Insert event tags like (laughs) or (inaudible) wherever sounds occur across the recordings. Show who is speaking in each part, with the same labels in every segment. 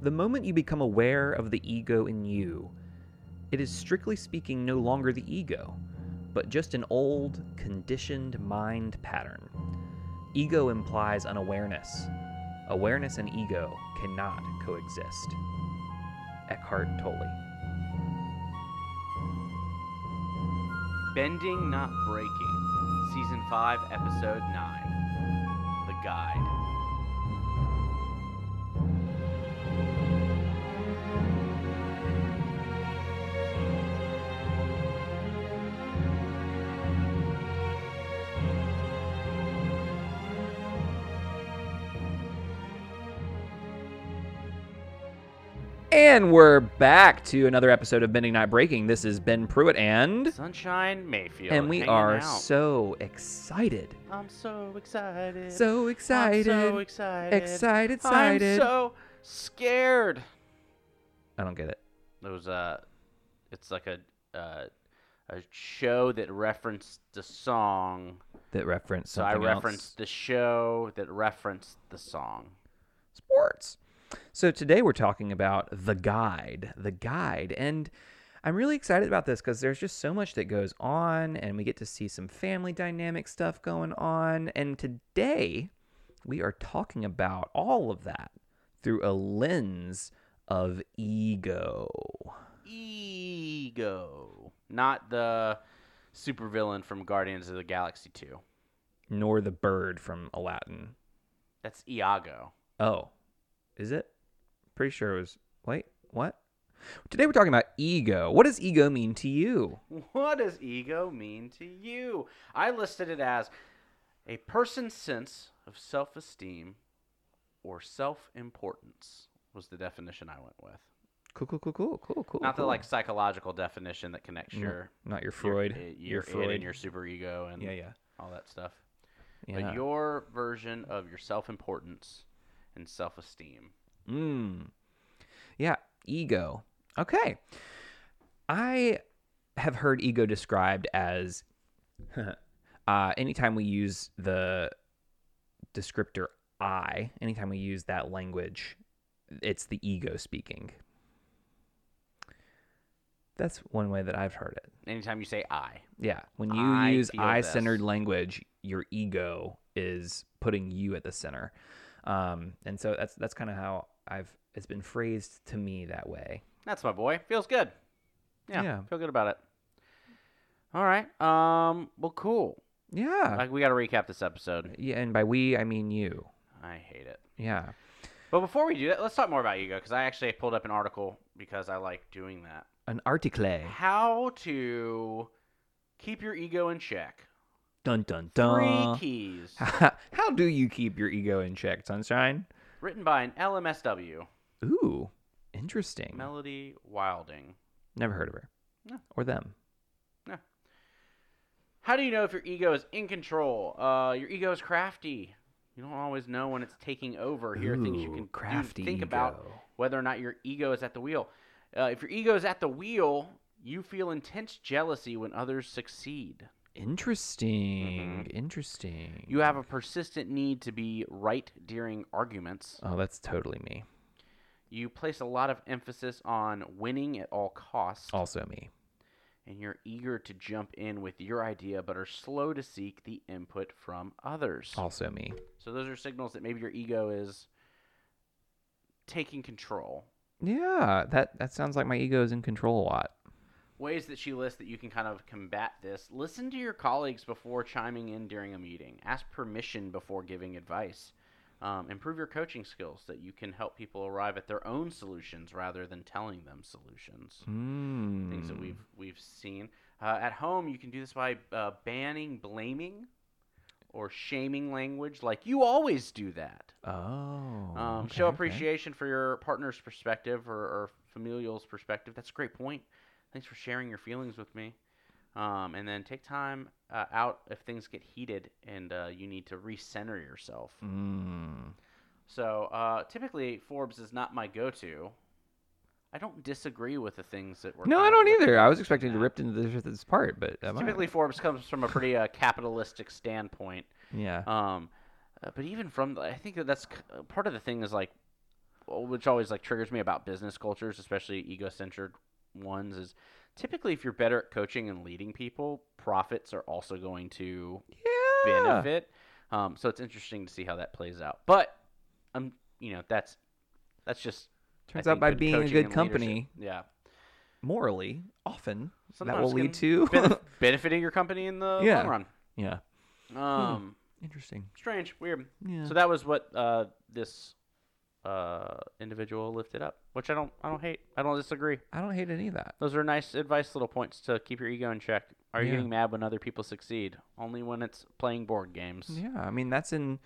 Speaker 1: The moment you become aware of the ego in you, it is strictly speaking no longer the ego, but just an old, conditioned mind pattern. Ego implies an awareness. Awareness and ego cannot coexist. Eckhart Tolle.
Speaker 2: Bending Not Breaking, Season 5, Episode 9 The Guide.
Speaker 1: And we're back to another episode of Bending Not Breaking. This is Ben Pruitt and.
Speaker 2: Sunshine Mayfield.
Speaker 1: And we
Speaker 2: hanging
Speaker 1: are
Speaker 2: out.
Speaker 1: so excited.
Speaker 2: I'm so excited.
Speaker 1: So
Speaker 2: I'm
Speaker 1: excited.
Speaker 2: so excited.
Speaker 1: Excited,
Speaker 2: I'm
Speaker 1: excited.
Speaker 2: so scared.
Speaker 1: I don't get it.
Speaker 2: Those uh, it's like a uh, a show that referenced the song.
Speaker 1: That reference
Speaker 2: So
Speaker 1: something
Speaker 2: I referenced
Speaker 1: else.
Speaker 2: the show that referenced the song.
Speaker 1: sports. So today we're talking about the guide, the guide, and I'm really excited about this because there's just so much that goes on, and we get to see some family dynamic stuff going on. And today we are talking about all of that through a lens of ego.
Speaker 2: Ego, not the supervillain from Guardians of the Galaxy Two.
Speaker 1: Nor the bird from Aladdin.
Speaker 2: That's Iago.
Speaker 1: Oh, is it? Pretty sure it was. Wait, what? Today we're talking about ego. What does ego mean to you?
Speaker 2: What does ego mean to you? I listed it as a person's sense of self esteem or self importance, was the definition I went with.
Speaker 1: Cool, cool, cool, cool, cool, cool.
Speaker 2: Not the
Speaker 1: cool.
Speaker 2: like psychological definition that connects
Speaker 1: No,
Speaker 2: your,
Speaker 1: not your
Speaker 2: your-
Speaker 1: Mm. Freud.
Speaker 2: uh,
Speaker 1: Your,
Speaker 2: your, it
Speaker 1: Freud.
Speaker 2: and your superego and
Speaker 1: yeah, yeah,
Speaker 2: all that stuff,
Speaker 1: yeah.
Speaker 2: but your version of your self importance and self esteem.
Speaker 1: mm. Yeah, ego. Okay, I have heard ego described as (laughs) uh, anytime we use the descriptor I, anytime we use that language, it's the ego speaking. That's one way that I've heard it.
Speaker 2: Anytime you say I,
Speaker 1: Yeah. When you
Speaker 2: I
Speaker 1: use
Speaker 2: feel
Speaker 1: I centered
Speaker 2: this.
Speaker 1: language, your ego is putting you at the center. Um, and so that's that's kind of how I've it's been phrased to me that way.
Speaker 2: That's my boy. Feels good. Yeah,
Speaker 1: Yeah.
Speaker 2: feel good about it. All right. Um. Well, cool.
Speaker 1: Yeah.
Speaker 2: Like we got to recap this episode.
Speaker 1: yeah, and by we I mean you.
Speaker 2: I hate it.
Speaker 1: Yeah.
Speaker 2: But before we do that, let's talk more about ego because I actually pulled up an article because I like doing that.
Speaker 1: An article.
Speaker 2: How to keep your ego in check.
Speaker 1: Dun dun
Speaker 2: Three
Speaker 1: dun.
Speaker 2: keys.
Speaker 1: (laughs) How do you keep your ego in check, sunshine?
Speaker 2: Written by an LMSW,
Speaker 1: Ooh, interesting.
Speaker 2: Melody Wilding.
Speaker 1: Never heard of her.
Speaker 2: No.
Speaker 1: Or them.
Speaker 2: How do you know if your ego is in control? Uh, your ego is crafty. You don't always know when it's taking over. Here are things you
Speaker 1: Ooh,
Speaker 2: can do-
Speaker 1: crafty
Speaker 2: think about
Speaker 1: ego.
Speaker 2: whether or not your ego is at the wheel. Uh, if your ego is at the wheel, you feel intense jealousy when others succeed.
Speaker 1: Interesting. Interesting.
Speaker 2: Mm-hmm. You have a persistent need to be right during arguments.
Speaker 1: Oh, that's totally me.
Speaker 2: You place a lot of emphasis on winning at all costs,
Speaker 1: Also me.
Speaker 2: and you're eager to jump in with your idea but are slow to seek the input from others.
Speaker 1: Also me.
Speaker 2: So those are signals that maybe your ego is taking control.
Speaker 1: Yeah, that that sounds like my ego is in control a lot.
Speaker 2: Ways that she lists that you can kind of combat this. Listen to your colleagues before chiming in during a meeting. Ask permission before giving advice. Um, improve your coaching skills so that you can help people arrive at their own solutions rather than telling them solutions.
Speaker 1: Mm.
Speaker 2: Things that we've we've seen uh, at home. You can do this by uh, banning blaming or shaming language, like you always do that.
Speaker 1: Oh.
Speaker 2: Um,
Speaker 1: okay,
Speaker 2: show
Speaker 1: okay.
Speaker 2: appreciation for your partner's perspective or, or familial's perspective. That's a great point. Thanks for sharing your feelings with me. Um, and then take time uh, out if things get heated and uh, you need to recenter yourself.
Speaker 1: Mm.
Speaker 2: So uh, typically, Forbes is not my go-to. I don't disagree with the things that were.
Speaker 1: No,
Speaker 2: kind
Speaker 1: I
Speaker 2: of
Speaker 1: don't
Speaker 2: listed
Speaker 1: either. I was
Speaker 2: in
Speaker 1: expecting to
Speaker 2: that.
Speaker 1: rip into this, this part, but am I-
Speaker 2: Typically, Forbes comes from a pretty uh, capitalistic standpoint.
Speaker 1: yeah.
Speaker 2: Um, uh, but even from, the, I think that that's c- uh, part of the thing is like, which always like triggers me about business cultures, especially egocentric ones, is typically if you're better at coaching and leading people, profits are also going to
Speaker 1: Yeah.
Speaker 2: benefit. Um, so it's interesting to see how that plays out. But um, you know, that's that's just I
Speaker 1: Turns out
Speaker 2: think
Speaker 1: by
Speaker 2: good
Speaker 1: being a
Speaker 2: coaching
Speaker 1: good
Speaker 2: and
Speaker 1: company,
Speaker 2: leadership- Yeah,
Speaker 1: morally, often that
Speaker 2: Sometimes
Speaker 1: will lead
Speaker 2: can
Speaker 1: to.
Speaker 2: benef- benefiting your company in the
Speaker 1: (laughs) Yeah. Hmm.
Speaker 2: long
Speaker 1: (laughs) yeah.
Speaker 2: run. Um,
Speaker 1: Interesting.
Speaker 2: strange, weird.
Speaker 1: Yeah.
Speaker 2: So that was what uh, this uh, individual lifted up, which I don't, I don't hate, I don't disagree.
Speaker 1: I don't hate any of that.
Speaker 2: Those are nice advice, little points to keep your ego in check. Are you
Speaker 1: Yeah.
Speaker 2: getting mad when other people succeed? Only when it's playing board games.
Speaker 1: Yeah. I mean, that's in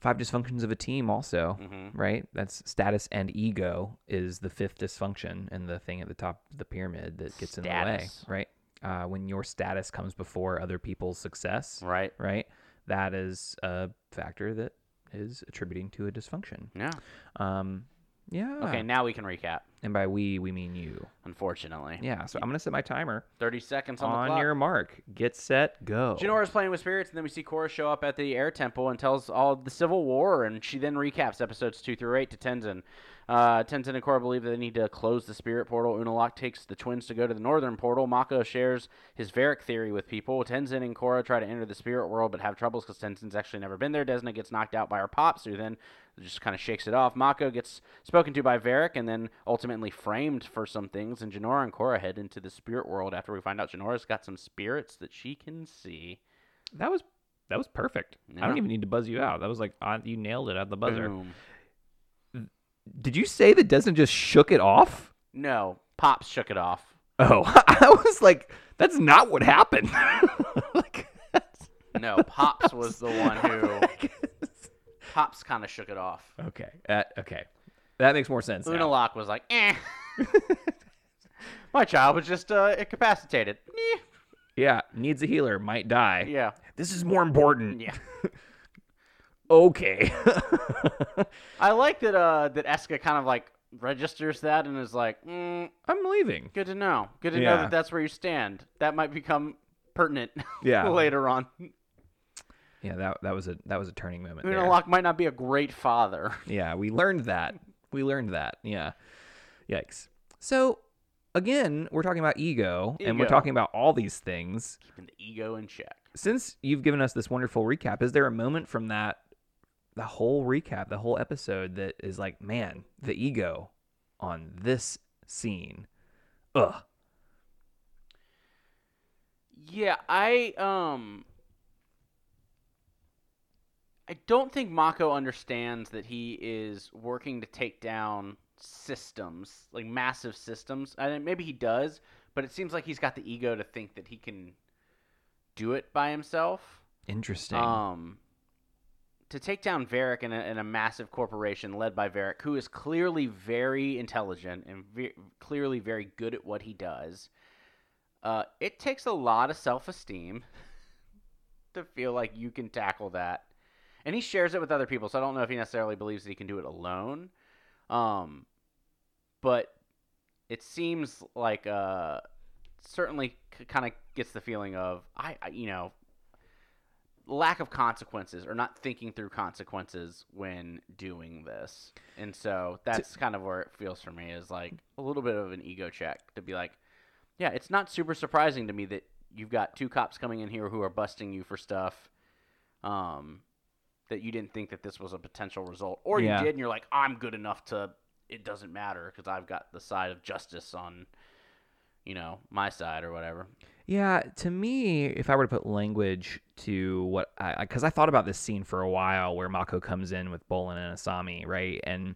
Speaker 1: five dysfunctions of a team, also,
Speaker 2: hmm
Speaker 1: right? That's status and ego is the fifth dysfunction and the thing at the top of the pyramid that gets
Speaker 2: Status.
Speaker 1: in the way, right? Uh, when your status comes before other people's success,
Speaker 2: Right.
Speaker 1: right? That is a factor that is attributing to a dysfunction.
Speaker 2: Yeah.
Speaker 1: Um, yeah.
Speaker 2: Okay. Now we can recap.
Speaker 1: And by we, we mean you.
Speaker 2: Unfortunately.
Speaker 1: Yeah. So I'm going to set my timer
Speaker 2: Thirty seconds on, the
Speaker 1: on
Speaker 2: clock.
Speaker 1: your mark. Get set, go.
Speaker 2: Janora's playing with spirits, and then we see Korra show up at the air temple and tells all of the Civil War, and she then recaps episodes two through eight to Tenzin. Uh, Tenzin and Korra believe they need to close the spirit portal. Unalaq takes the twins to go to the northern portal. Mako shares his Varric theory with people. Tenzin and Korra try to enter the spirit world but have troubles because Tenzin's actually never been there. Desna gets knocked out by her pops, who then just kind of shakes it off. Mako gets spoken to by Varric and then ultimately framed for some things. And Janora and Korra head into the spirit world after we find out Janora's got some spirits that she can see.
Speaker 1: That was that was perfect. I
Speaker 2: Yeah.
Speaker 1: don't even need to buzz you out. That was like on, you nailed it out of the buzzer.
Speaker 2: Boom. Mm-hmm.
Speaker 1: Did you say that Desmond just shook it off?
Speaker 2: No, Pops shook it off.
Speaker 1: Oh, (laughs) I was like, that's not what happened. (laughs) like, (laughs) that's-
Speaker 2: No, Pops was (laughs) the one who Pops kind of shook it off.
Speaker 1: okay, that okay, that makes more sense. now.
Speaker 2: Unalaq was like, "Eh." (laughs) My child was just uh, incapacitated. (laughs) Eh.
Speaker 1: Yeah, needs a healer, might die.
Speaker 2: Yeah,
Speaker 1: This is more important.
Speaker 2: yeah.
Speaker 1: (laughs) Okay. (laughs)
Speaker 2: I like that. Uh, that Eska kind of like registers that and is like, mm,
Speaker 1: I'm leaving.
Speaker 2: "Good to know. Good to know
Speaker 1: Yeah.
Speaker 2: that that's where you stand. That might become pertinent
Speaker 1: Yeah.
Speaker 2: (laughs) later on."
Speaker 1: Yeah, that that was a that was a turning moment. there.
Speaker 2: Unalaq might not be a great father.
Speaker 1: Yeah, we learned that. We learned that. Yeah. Yikes. So again, we're talking about ego, and we're
Speaker 2: Ego.
Speaker 1: talking about all these things.
Speaker 2: (laughs) Keeping the ego in check.
Speaker 1: Since you've given us this wonderful recap, is there a moment from that the whole recap, the whole episode that is like, man, the ego on this scene. Ugh.
Speaker 2: Yeah, I um I don't think Mako understands that he is working to take down systems, like massive systems. I mean, maybe he does, but it seems like he's got the ego to think that he can do it by himself.
Speaker 1: Interesting.
Speaker 2: Um, to take down Varric and a, and a massive corporation led by Varric, who is clearly very intelligent and ve- clearly very good at what he does, uh, it takes a lot of self esteem (laughs) to feel like you can tackle that. And he shares it with other people, so I don't know if he necessarily believes that he can do it alone. Um, but it seems like uh, certainly c- kind of gets the feeling of I, I, you know, lack of consequences or not thinking through consequences when doing this. And so that's kind of where it feels for me is like a little bit of an ego check to be like, yeah, it's not super surprising to me that you've got two cops coming in here who are busting you for stuff. Um, that you didn't think that this was a potential result, or you
Speaker 1: Yeah.
Speaker 2: did, and you're like, I'm good enough to. It doesn't matter because I've got the side of justice on, you know, my side or whatever.
Speaker 1: Yeah, to me, if I were to put language to what I, because I, thought about this scene for a while where Mako comes in with Bolin and Asami, right? And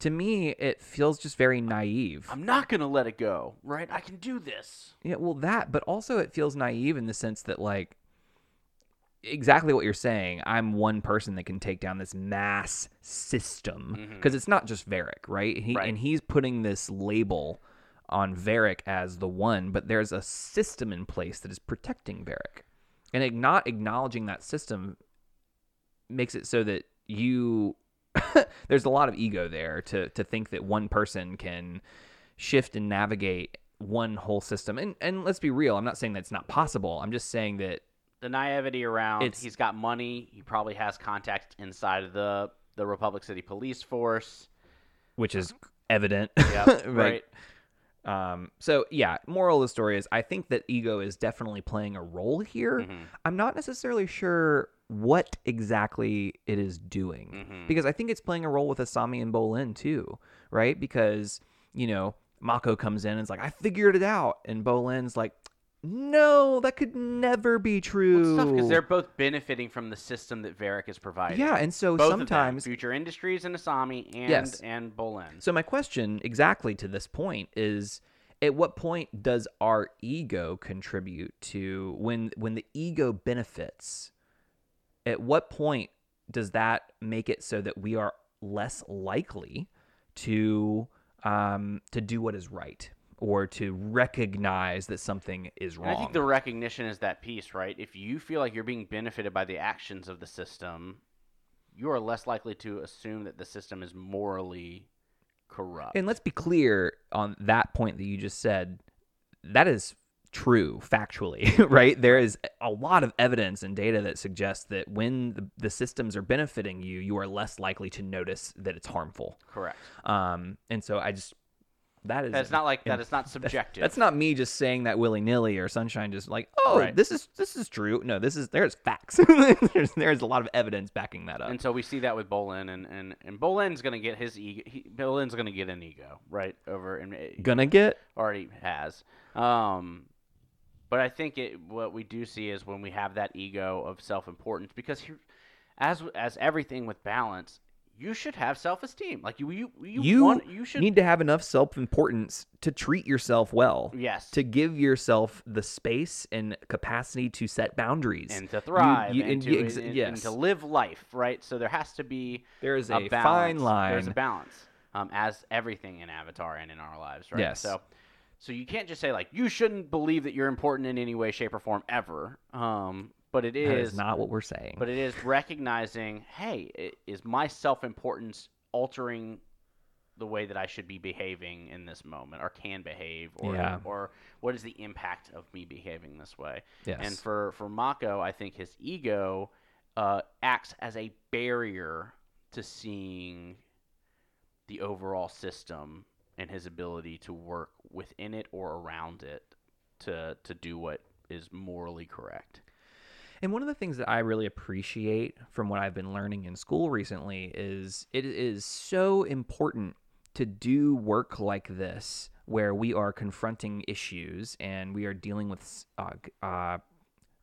Speaker 1: to me, it feels just very naive.
Speaker 2: I'm not gonna let it go, right? I can do this.
Speaker 1: Yeah, well, that, but also it feels naive in the sense that, like, exactly what you're saying. I'm one person that can take down this mass system because it's not just Varric, right? He,
Speaker 2: Right.
Speaker 1: And he's putting this label on Varric as the one, but there's a system in place that is protecting Varric, and ag- not acknowledging that system makes it so that you (laughs) there's a lot of ego there to to think that one person can shift and navigate one whole system. And and let's be real, I'm not saying that's not possible. I'm just saying that
Speaker 2: the naivety around
Speaker 1: It's-
Speaker 2: he's got money he probably has contacts inside of the the republic city police force
Speaker 1: which is evident. (laughs)
Speaker 2: Yeah, (laughs)
Speaker 1: Like,
Speaker 2: right.
Speaker 1: Um, so yeah, moral of the story is I think that ego is definitely playing a role here.
Speaker 2: Mhm.
Speaker 1: I'm not necessarily sure what exactly it is doing
Speaker 2: Mhm.
Speaker 1: because I think it's playing a role with Asami and Bolin too, right? Because you know Mako comes in and is like, I figured it out, and Bolin's like, No, that could never be true.
Speaker 2: because they're both benefiting from the system that Varric is providing.
Speaker 1: yeah, and so
Speaker 2: both of them,
Speaker 1: sometimes
Speaker 2: Future Industries and Asami and
Speaker 1: Yes.
Speaker 2: and Bolin.
Speaker 1: So my question exactly to this point is at what point does our ego contribute to when when the ego benefits? At what point does that make it so that we are less likely to um, to do what is right or to recognize that something is
Speaker 2: And I
Speaker 1: wrong?
Speaker 2: think the recognition is that piece, right? If you feel like you're being benefited by the actions of the system, you are less likely to assume that the system is morally corrupt.
Speaker 1: and let's be clear on that point that you just said. That is true factually, (laughs) right? There is a lot of evidence and data that suggests that when the, the systems are benefiting you, you are less likely to notice that it's harmful.
Speaker 2: Correct.
Speaker 1: Um, and so I just that is
Speaker 2: That's not like that.
Speaker 1: in-
Speaker 2: It's not
Speaker 1: (laughs)
Speaker 2: subjective.
Speaker 1: that's not me just saying that willy nilly or sunshine just like oh
Speaker 2: Right.
Speaker 1: this is this is true. No, this is there's facts. (laughs) there's there's a lot of evidence backing that up.
Speaker 2: and so we see that with Bolin, and and and Bolin's gonna get his ego. He, Bolin's gonna get an ego right over and
Speaker 1: Gonna get
Speaker 2: already has. Um, but I think it what we do see is when we have that ego of self importance because here, as as everything with balance, you should have self esteem. Like you you you,
Speaker 1: You
Speaker 2: want, you should
Speaker 1: need to have enough self importance to treat yourself well.
Speaker 2: yes
Speaker 1: to give yourself the space and capacity to set boundaries.
Speaker 2: and to thrive
Speaker 1: you-
Speaker 2: and,
Speaker 1: and
Speaker 2: to,
Speaker 1: you ex-
Speaker 2: and- and
Speaker 1: yes.
Speaker 2: to live life right. So there has to be
Speaker 1: there is
Speaker 2: a,
Speaker 1: a,
Speaker 2: balance.
Speaker 1: fine
Speaker 2: There's
Speaker 1: line.
Speaker 2: a balance, um, as everything in Avatar and in our lives, right?
Speaker 1: Yes.
Speaker 2: So, so you can't just say like you shouldn't believe that you're important in any way, shape, or form ever. Um, but it
Speaker 1: that is
Speaker 2: is,
Speaker 1: not what we're saying.
Speaker 2: but it is recognizing, hey, i- is my self-importance altering the way that I should be behaving in this moment, or can behave, or
Speaker 1: Yeah.
Speaker 2: or what is the impact of me behaving this way?
Speaker 1: yes.
Speaker 2: And for for Mako, I think his ego uh, acts as a barrier to seeing the overall system and his ability to work within it or around it to to do what is morally correct.
Speaker 1: And one of the things that I really appreciate from what I've been learning in school recently is it is so important to do work like this where we are confronting issues and we are dealing with uh, g- uh,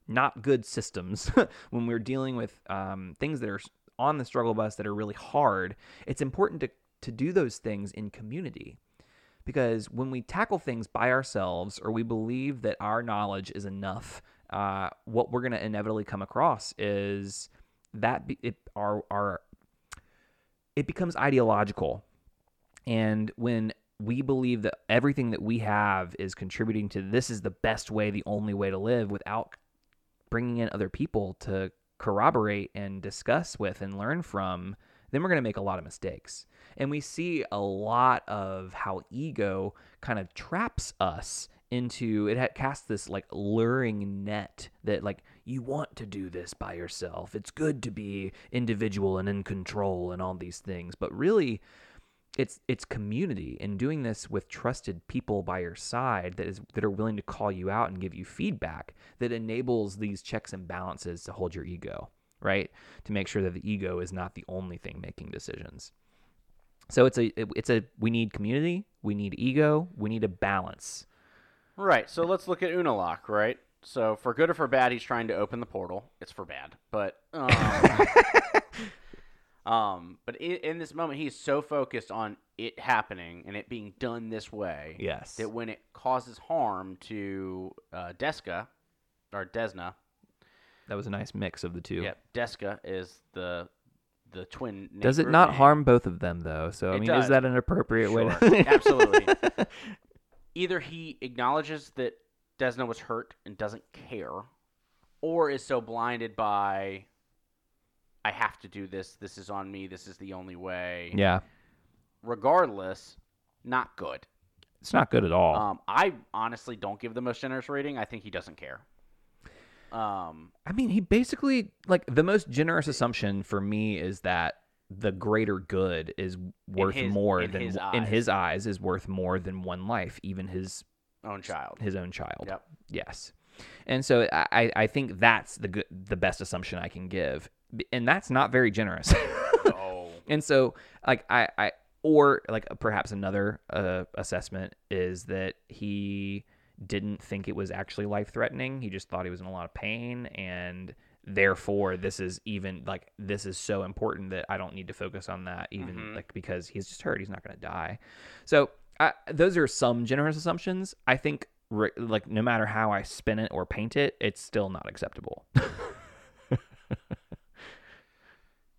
Speaker 1: not good systems (laughs) when we're dealing with um, things that are s- on the struggle bus that are really hard it's important to, to do those things in community because when we tackle things by ourselves or we believe that our knowledge is enough uh, what we're going to inevitably come across is that be, it, our, our it becomes ideological and when we believe that everything that we have is contributing to this is the best way the only way to live without bringing in other people to corroborate and discuss with and learn from, then we're going to make a lot of mistakes. And we see a lot of how ego kind of traps us into it had cast this like luring net that like you want to do this by yourself. It's good to be individual and in control and all these things, but really it's it's community and doing this with trusted people by your side that is that are willing to call you out and give you feedback that enables these checks and balances to hold your ego right to make sure that the ego is not the only thing making decisions so it's a it- it's a we need community we need ego we need a balance
Speaker 2: Right. So let's look at Unalak, right? So for good or for bad, he's trying to open the portal. It's for bad, but um, (laughs) um but in, in this moment, he's so focused on it happening and it being done this way
Speaker 1: yes
Speaker 2: that when it causes harm to uh, Deska or Desna,
Speaker 1: that was a nice mix of the two
Speaker 2: yep, Deska is the the twin.
Speaker 1: does it
Speaker 2: neighbor
Speaker 1: not
Speaker 2: name.
Speaker 1: harm both of them though so i
Speaker 2: It
Speaker 1: mean
Speaker 2: does.
Speaker 1: is that an appropriate (laughs) way
Speaker 2: Sure,
Speaker 1: to
Speaker 2: absolutely. Either he acknowledges that Desna was hurt and doesn't care, or is so blinded by I have to do this. This is on me. This is the only way.
Speaker 1: yeah
Speaker 2: Regardless, not good.
Speaker 1: it's not good at all
Speaker 2: Um, I honestly don't give the most generous rating. I think he doesn't care. Um,
Speaker 1: I mean, he basically like the most generous assumption for me is that the greater good is worth
Speaker 2: his-
Speaker 1: more
Speaker 2: in
Speaker 1: than
Speaker 2: his
Speaker 1: in
Speaker 2: eyes.
Speaker 1: his eyes is worth more than one life, even his
Speaker 2: Own child.
Speaker 1: his own child.
Speaker 2: Yep.
Speaker 1: Yes. And so I- I, I think that's the good, the best assumption I can give, B- and that's not very generous. (laughs)
Speaker 2: Oh.
Speaker 1: and so like I, I or like perhaps another uh, assessment is that he didn't think it was actually life threatening. He just thought he was in a lot of pain, and therefore this is even like this is so important that I don't need to focus on that even
Speaker 2: Mhm.
Speaker 1: like because he's just hurt. He's not going to die. So I, those are some generous assumptions. I think re- like no matter how I spin it or paint it, it's still not acceptable.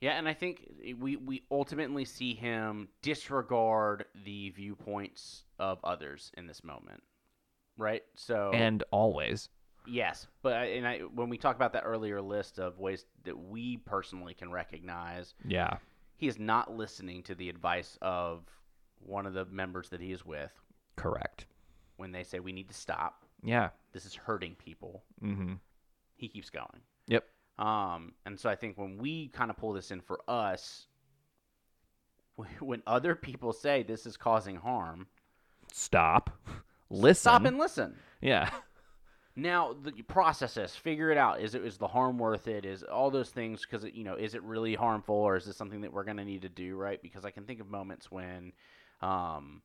Speaker 2: Yeah, and I think we we ultimately see him disregard the viewpoints of others in this moment, right? So
Speaker 1: And always,
Speaker 2: yes, but I- and I when we talk about that earlier list of ways that we personally can recognize,
Speaker 1: yeah,
Speaker 2: he is not listening to the advice of one of the members that he is with
Speaker 1: correct.
Speaker 2: when they say we need to stop.
Speaker 1: Yeah.
Speaker 2: This is hurting people.
Speaker 1: Mm-hmm.
Speaker 2: He keeps going.
Speaker 1: Yep.
Speaker 2: Um, and so I think when we kind of pull this in for us, (laughs) wh- when other people say this is causing harm,
Speaker 1: stop, (laughs) listen.
Speaker 2: stop and listen.
Speaker 1: yeah, (laughs)
Speaker 2: Now the you process this, figure it out. Is it is the harm worth it? Is all those things because you know is it really harmful or is this something that we're gonna need to do right? Because I can think of moments when, um,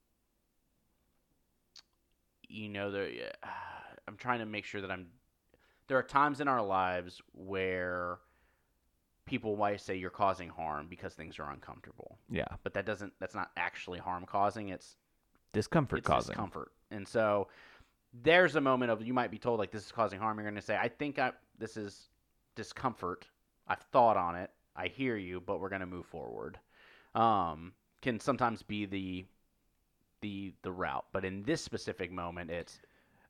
Speaker 2: you know, there. Uh, (sighs) I'm trying to make sure that I'm. There are times in our lives where people might say you're causing harm because things are uncomfortable,
Speaker 1: yeah.
Speaker 2: but that doesn't. That's not actually harm causing. It's
Speaker 1: Discomfort
Speaker 2: it's
Speaker 1: causing.
Speaker 2: discomfort. And so there's a moment of you might be told like this is causing harm. You're going to say, I think I this is discomfort. I've thought on it. I hear you, but we're going to move forward. Um, can sometimes be the the the route, but in this specific moment, it's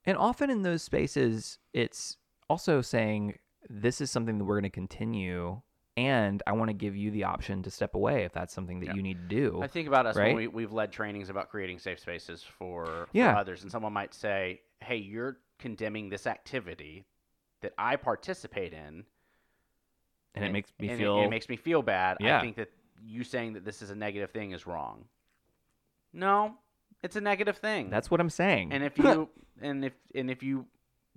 Speaker 1: And often in those spaces, it's also saying this is something that we're going to continue, and I want to give you the option to step away if that's something that
Speaker 2: Yeah.
Speaker 1: you need to do.
Speaker 2: I think about us
Speaker 1: Right?
Speaker 2: when we, we've led trainings about creating safe spaces for, for
Speaker 1: Yeah.
Speaker 2: others, and someone might say, "Hey, you're condemning this activity that I participate in."
Speaker 1: and it makes me
Speaker 2: and it-
Speaker 1: feel
Speaker 2: It, makes me feel bad.
Speaker 1: Yeah.
Speaker 2: I think that you saying that this is a negative thing is wrong. No, it's a negative thing.
Speaker 1: that's what I'm saying. (laughs)
Speaker 2: and if you and if and if you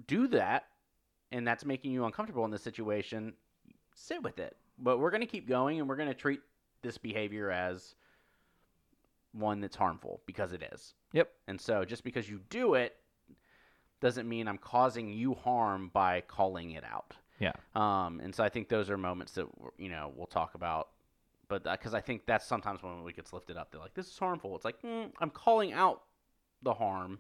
Speaker 2: do that, and that's making you uncomfortable in this situation, sit with it. But we're gonna keep going, and we're gonna treat this behavior as one that's harmful because it is.
Speaker 1: Yep.
Speaker 2: And so, just because you do it doesn't mean I'm causing you harm by calling it out.
Speaker 1: Yeah.
Speaker 2: Um, and so I think those are moments that w- you know we'll talk about, but because I think that's sometimes when it gets lifted up. They're like, "This is harmful." It's like mm, I'm calling out the harm.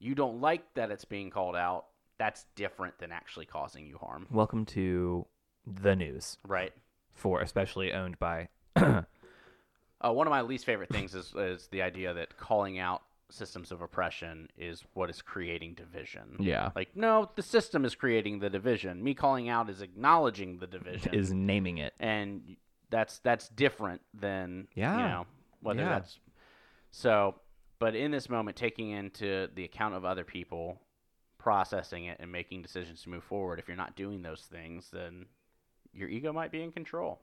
Speaker 2: You don't like that it's being called out. That's different than actually causing you harm,
Speaker 1: Welcome to the news
Speaker 2: right?
Speaker 1: for especially owned by.
Speaker 2: Uh, one of my least favorite things is is the idea that calling out systems of oppression is what is creating division.
Speaker 1: yeah.
Speaker 2: Like, no, the system is creating the division. Me calling out is acknowledging the division.
Speaker 1: Is naming it.
Speaker 2: and that's that's different than you
Speaker 1: Yeah.
Speaker 2: know whether
Speaker 1: Yeah.
Speaker 2: that's so but in this moment taking into the account of other people processing it and making decisions to move forward if you're not doing those things then your ego might be in control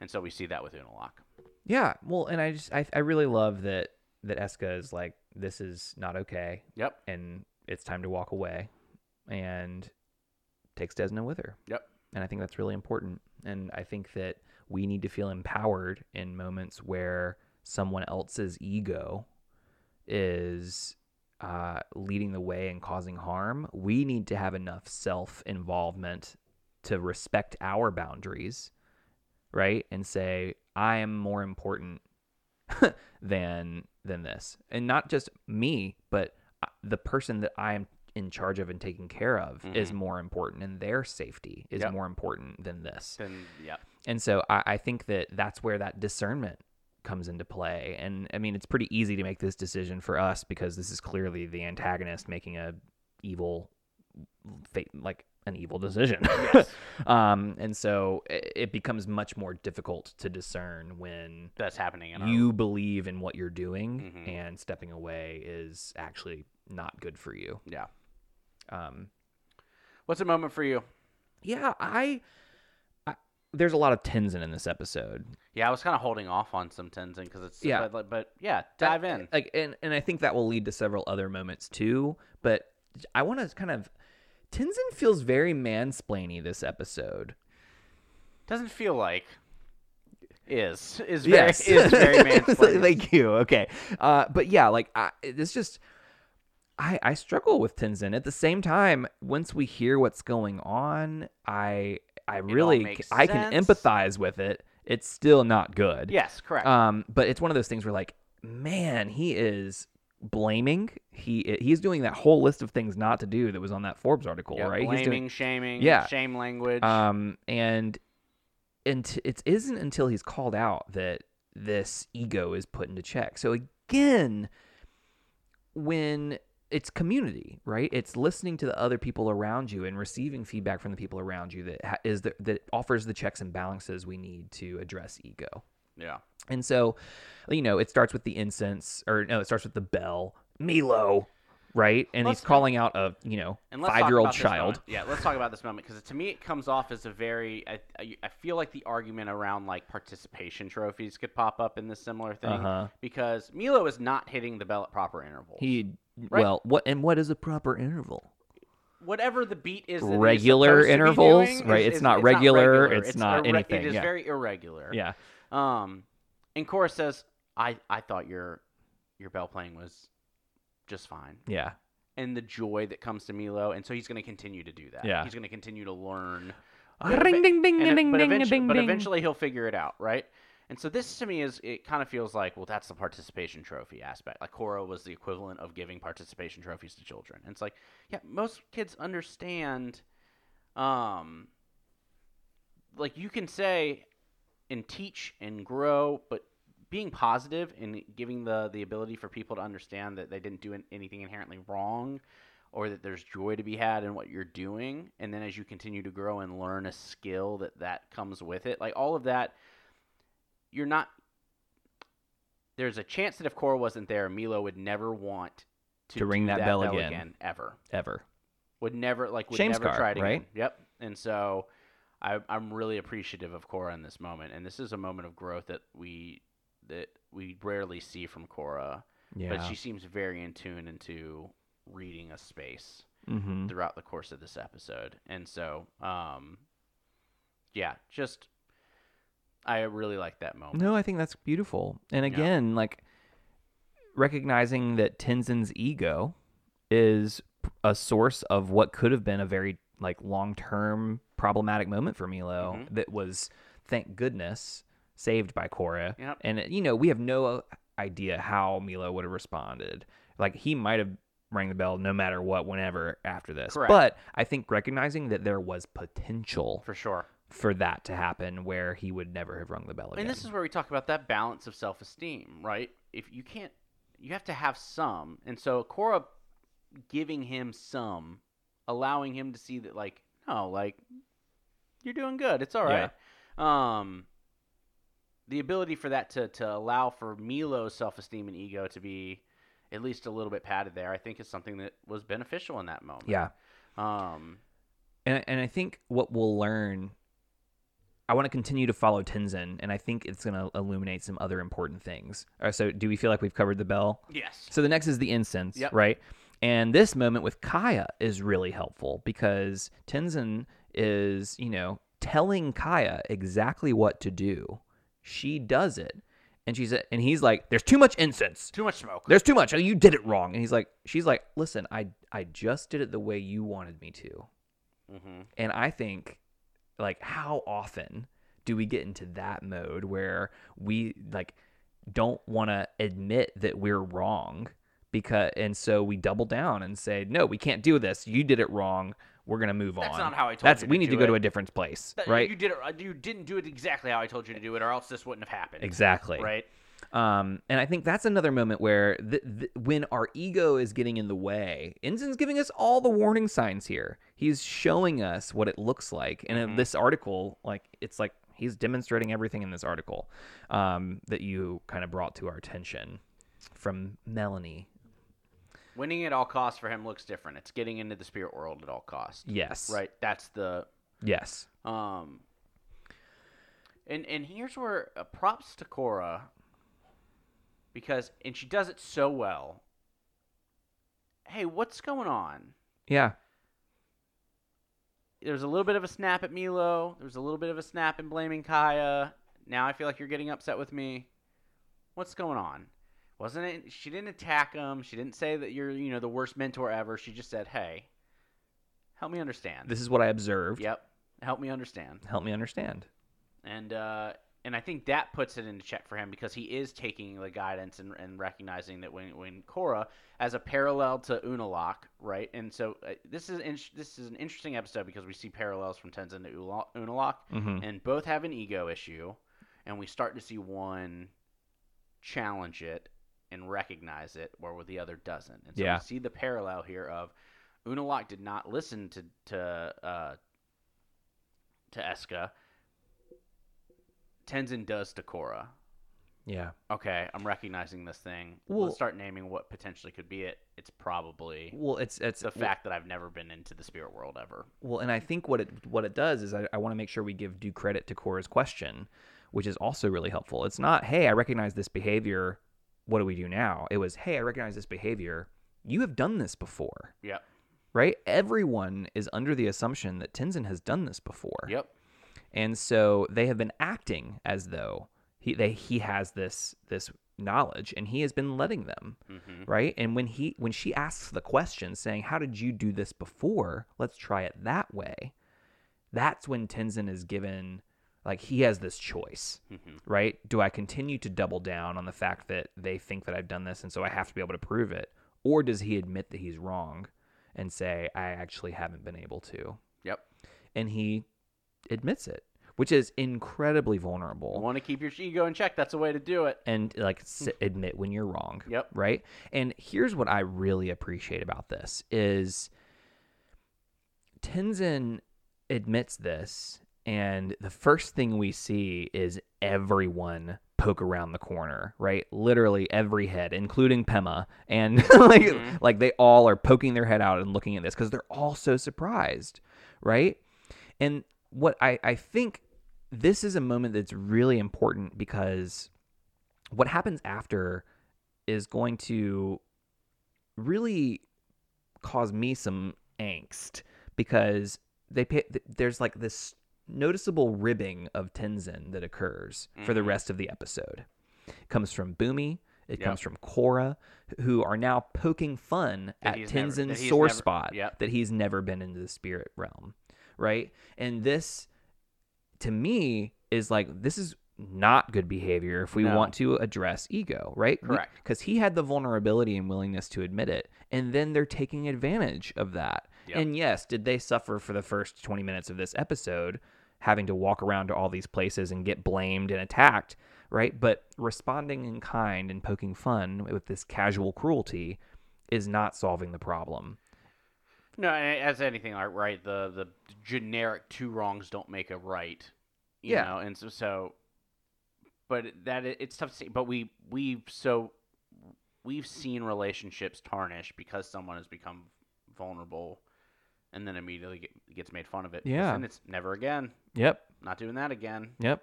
Speaker 2: and so we see that with Unalak.
Speaker 1: Yeah. Well, and I just I, I really love that that Eska is like this is not okay.
Speaker 2: Yep.
Speaker 1: and it's time to walk away and takes Desna with her.
Speaker 2: Yep.
Speaker 1: And I think that's really important. And I think that we need to feel empowered in moments where someone else's ego is uh, leading the way and causing harm. We need to have enough self involvement to respect our boundaries, right? And say, I am more important (laughs) than than this and not just me but uh, the person that i am in charge of and taking care of is
Speaker 2: Mhm.
Speaker 1: more important and their safety is
Speaker 2: Yep.
Speaker 1: more important than this
Speaker 2: Then yep.
Speaker 1: and so I, I think that that's where that discernment comes into play and i mean it's pretty easy to make this decision for us because this is clearly the antagonist making a evil fate like an evil decision
Speaker 2: Yes.
Speaker 1: (laughs) um and so it, it becomes much more difficult to discern when
Speaker 2: that's happening in our
Speaker 1: you believe in what you're doing
Speaker 2: Mhm.
Speaker 1: and stepping away is actually not good for you
Speaker 2: yeah.
Speaker 1: um
Speaker 2: What's a moment for you?
Speaker 1: yeah i i there's a lot of Tenzin in this episode.
Speaker 2: Yeah, I was kind of holding off on some Tenzin because it's
Speaker 1: Yeah. uh,
Speaker 2: but, but yeah, dive in.
Speaker 1: Like, and and I think that will lead to several other moments too. But I want to kind of Tenzin feels very mansplainy this episode.
Speaker 2: Doesn't feel like is is very
Speaker 1: yes,
Speaker 2: (laughs)
Speaker 1: (laughs)
Speaker 2: is very mansplaining.
Speaker 1: Thank you. Okay, uh, but yeah, like I, it's just I I struggle with Tenzin. At the same time, once we hear what's going on, I I
Speaker 2: all
Speaker 1: really
Speaker 2: makes
Speaker 1: I can
Speaker 2: sense.
Speaker 1: empathize with it. It's still not good.
Speaker 2: yes, correct.
Speaker 1: Um, but it's one of those things where like, man, he is blaming. He he's doing that whole list of things not to do that was on that Forbes article,
Speaker 2: yeah,
Speaker 1: right?
Speaker 2: Blaming,
Speaker 1: He's doing
Speaker 2: shaming,
Speaker 1: Yeah.
Speaker 2: shame language.
Speaker 1: um and and t- it isn't until he's called out that this ego is put into check. So again, when it's community, right? It's listening to the other people around you and receiving feedback from the people around you that ha- is the, that offers the checks and balances we need to address ego.
Speaker 2: yeah.
Speaker 1: And so, you know, it starts with the incense, or no, it starts with the bell, Milo, right? And
Speaker 2: Let's-
Speaker 1: he's calling out a, you know,
Speaker 2: And let's talk
Speaker 1: five year old
Speaker 2: about this
Speaker 1: child.
Speaker 2: moment. Yeah, let's talk about this moment because to me it comes off as a very. I, I, I feel like the argument around like participation trophies could pop up in this similar thing
Speaker 1: Uh huh.
Speaker 2: because Milo is not hitting the bell at proper intervals.
Speaker 1: He,
Speaker 2: Right.
Speaker 1: well, what, and what is a proper interval?
Speaker 2: Whatever the beat is, that he's
Speaker 1: Regular
Speaker 2: supposed to be
Speaker 1: intervals,
Speaker 2: doing
Speaker 1: right?
Speaker 2: is-
Speaker 1: It's
Speaker 2: is-
Speaker 1: not regular, it's not
Speaker 2: irre-
Speaker 1: anything,
Speaker 2: It is
Speaker 1: yeah.
Speaker 2: very irregular.
Speaker 1: Yeah.
Speaker 2: Um, and Cora says, "I I thought your your bell playing was just fine."
Speaker 1: Yeah.
Speaker 2: And the joy that comes to Milo, and so he's going to continue to do that.
Speaker 1: Yeah.
Speaker 2: he's going to continue to learn.
Speaker 1: Ring, ding, ding,
Speaker 2: And
Speaker 1: ding,
Speaker 2: it-
Speaker 1: ding,
Speaker 2: but,
Speaker 1: ding,
Speaker 2: eventu-
Speaker 1: ding,
Speaker 2: but
Speaker 1: ding.
Speaker 2: eventually he'll figure it out, right? And so this to me is it kind of feels like well that's the participation trophy aspect. Like Cora was the equivalent of giving participation trophies to children. And it's like yeah, most kids understand um like you can say and teach and grow, but being positive and giving the the ability for people to understand that they didn't do an- anything inherently wrong or that there's joy to be had in what you're doing and then as you continue to grow and learn a skill that that comes with it like all of that you're not there's a chance that if Cora wasn't there Milo would never want to,
Speaker 1: To ring
Speaker 2: do
Speaker 1: that bell again.
Speaker 2: ever
Speaker 1: Ever.
Speaker 2: would never like would
Speaker 1: Shame's
Speaker 2: never
Speaker 1: car,
Speaker 2: try it again.
Speaker 1: right?
Speaker 2: Yep. And so I, I'm really appreciative of Cora in this moment, and this is a moment of growth that we that we rarely see from Cora,
Speaker 1: Yeah.
Speaker 2: but she seems very in tune into reading a space
Speaker 1: mm-hmm.
Speaker 2: throughout the course of this episode, and so um, yeah, just I really like that moment.
Speaker 1: No, I think that's beautiful. And again, like recognizing that Tenzin's ego is p- a source of what could have been a very like long-term problematic moment for Milo
Speaker 2: Mhm.
Speaker 1: that was thank goodness saved by Cora.
Speaker 2: Yep.
Speaker 1: And it- you know, we have no idea how Milo would have responded. Like he might have rang the bell no matter what whenever after this.
Speaker 2: Correct.
Speaker 1: But I think recognizing that there was potential
Speaker 2: For sure.
Speaker 1: for that to happen where he would never have rung the bell again.
Speaker 2: And this is where we talk about that balance of self esteem, right? If you can't, you have to have some. And so Cora giving him some, allowing him to see that, like, no, like, you're doing good. It's all
Speaker 1: Yeah.
Speaker 2: right. Um, the ability for that to, to allow for Milo's self esteem and ego to be at least a little bit padded there, I think is something that was beneficial in that moment.
Speaker 1: Yeah.
Speaker 2: Um,
Speaker 1: And and I think what we'll learn I want to continue to follow Tenzin and I think it's going to illuminate some other important things. Uh, so do we feel like we've covered the bell?
Speaker 2: yes.
Speaker 1: So the next is the incense,
Speaker 2: Yep.
Speaker 1: right? And this moment with Kaya is really helpful because Tenzin is, you know, telling Kaya exactly what to do. She does it. And she's and he's like, "There's too much incense.
Speaker 2: Too much smoke.
Speaker 1: There's too much. Oh, You did it wrong." And he's like, she's like, "Listen, I I just did it the way you wanted me to."
Speaker 2: hmm
Speaker 1: And I think, like, how often do we get into that mode where we like don't want to admit that we're wrong because, and so we double down and say, no, we can't do this. You did it wrong. We're gonna move
Speaker 2: That's
Speaker 1: on.
Speaker 2: not how I told
Speaker 1: That's
Speaker 2: you
Speaker 1: we
Speaker 2: to
Speaker 1: need
Speaker 2: do
Speaker 1: to go
Speaker 2: it.
Speaker 1: to a different place,
Speaker 2: That-
Speaker 1: right?
Speaker 2: You did it. You didn't do it exactly how I told you to do it, or else this wouldn't have happened.
Speaker 1: exactly.
Speaker 2: Right.
Speaker 1: Um, and I think that's another moment where th- th- when our ego is getting in the way, Ensign's giving us all the warning signs here. He's showing us what it looks like. And in
Speaker 2: Mhm.
Speaker 1: this article, like it's like he's demonstrating everything in this article um, that you kind of brought to our attention from Melanie.
Speaker 2: Winning at all costs for him looks different. It's getting into the spirit world at all costs.
Speaker 1: Yes.
Speaker 2: Right. That's the
Speaker 1: Yes.
Speaker 2: um. And and here's where uh, props to Cora because and she does it so well. Hey, what's going on?
Speaker 1: Yeah.
Speaker 2: There was a little bit of a snap at Milo. There was a little bit of a snap in blaming Kaya. Now I feel like you're getting upset with me. What's going on? Wasn't it? She didn't attack him. She didn't say that you're, you know, the worst mentor ever. She just said, "Hey, help me understand."
Speaker 1: This is what I observed.
Speaker 2: Yep, help me understand.
Speaker 1: Help me understand.
Speaker 2: and uh, and I think that puts it into check for him because he is taking the guidance and, and recognizing that when when Korra as a parallel to Unalak, right? And so uh, this is in, this is an interesting episode because we see parallels from Tenzin to Ula- Unalak,
Speaker 1: hmm
Speaker 2: and both have an ego issue, and we start to see one challenge it and recognize it, where the other doesn't. And so
Speaker 1: Yeah.
Speaker 2: we see the parallel here of Unalak did not listen to to uh, to Eska. Tenzin does to Korra.
Speaker 1: Yeah.
Speaker 2: Okay, I'm recognizing this thing.
Speaker 1: Well-
Speaker 2: Let's start naming what potentially could be it. It's probably
Speaker 1: Well, it's it's
Speaker 2: the
Speaker 1: well-
Speaker 2: fact that I've never been into the spirit world ever.
Speaker 1: Well, and I think what it what it does is I, I want to make sure we give due credit to Cora's question, which is also really helpful. It's not, hey, I recognize this behavior. What do we do now? It was, hey, I recognize this behavior. You have done this before,
Speaker 2: Yep.
Speaker 1: right? Everyone is under the assumption that Tenzin has done this before,
Speaker 2: Yep.
Speaker 1: and so they have been acting as though he they he has this this knowledge, and he has been letting them
Speaker 2: hmm
Speaker 1: right and when he when she asks the question saying how did you do this before let's try it that way that's when tenzin is given like he has this choice
Speaker 2: hmm
Speaker 1: right do i continue to double down on the fact that they think that i've done this and so i have to be able to prove it or does he admit that he's wrong and say i actually haven't been able to
Speaker 2: Yep.
Speaker 1: and he admits it which is incredibly vulnerable
Speaker 2: You want to keep your ego in check. That's the way to do it.
Speaker 1: and like s- admit when you're wrong.
Speaker 2: Yep.
Speaker 1: Right. And here's what I really appreciate about this is Tenzin admits this, and the first thing we see is everyone poke around the corner, right? Literally every head, including Pema, and (laughs) like
Speaker 2: Mhm.
Speaker 1: like they all are poking their head out and looking at this because they're all so surprised, right? And what I, I think this is a moment that's really important because what happens after is going to really cause me some angst because they pay, th- there's like this noticeable ribbing of Tenzin that occurs for the
Speaker 2: Mhm.
Speaker 1: rest of the episode. It comes from Boomy. It
Speaker 2: Yep.
Speaker 1: comes from Korra, who are now poking fun
Speaker 2: That
Speaker 1: at
Speaker 2: he's never-
Speaker 1: Tenzin's
Speaker 2: that he's
Speaker 1: sore
Speaker 2: never-
Speaker 1: spot
Speaker 2: yep.
Speaker 1: that he's never been into the spirit realm, right? And this, to me, is like this is not good behavior if we
Speaker 2: No.
Speaker 1: want to address ego, right?
Speaker 2: Correct.
Speaker 1: Because he had the vulnerability and willingness to admit it, and then they're taking advantage of that.
Speaker 2: Yep.
Speaker 1: And yes, did they suffer for the first twenty minutes of this episode, having to walk around to all these places and get blamed and attacked? Right, but responding in kind and poking fun with this casual cruelty is not solving the problem.
Speaker 2: No, a- as anything, like, right? The the generic two wrongs don't make a right. You
Speaker 1: Yeah.
Speaker 2: know, and so so, but that it- it's tough to see. But we we've so we've seen relationships tarnished because someone has become vulnerable, and then immediately get, gets made fun of it.
Speaker 1: Yeah.
Speaker 2: and it's never again.
Speaker 1: Yep.
Speaker 2: Not doing that again.
Speaker 1: Yep.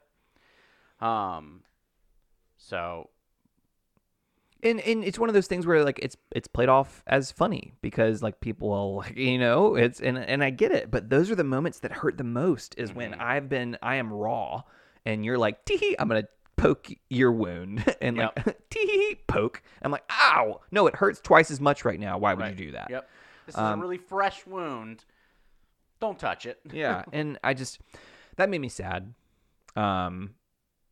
Speaker 2: Um. So
Speaker 1: And and it's one of those things where like it's it's played off as funny because like people will (laughs) like you know it's and and I get it, but those are the moments that hurt the most is when
Speaker 2: Mhm.
Speaker 1: I've been I am raw and you're like tee hee, I'm gonna poke your wound (laughs) and like tee hee, poke. I'm like ow no it hurts twice as much right now. Why would
Speaker 2: Right.
Speaker 1: you do that?
Speaker 2: yep, this is
Speaker 1: Um,
Speaker 2: a really fresh wound. Don't touch it.
Speaker 1: yeah and i just that made me sad um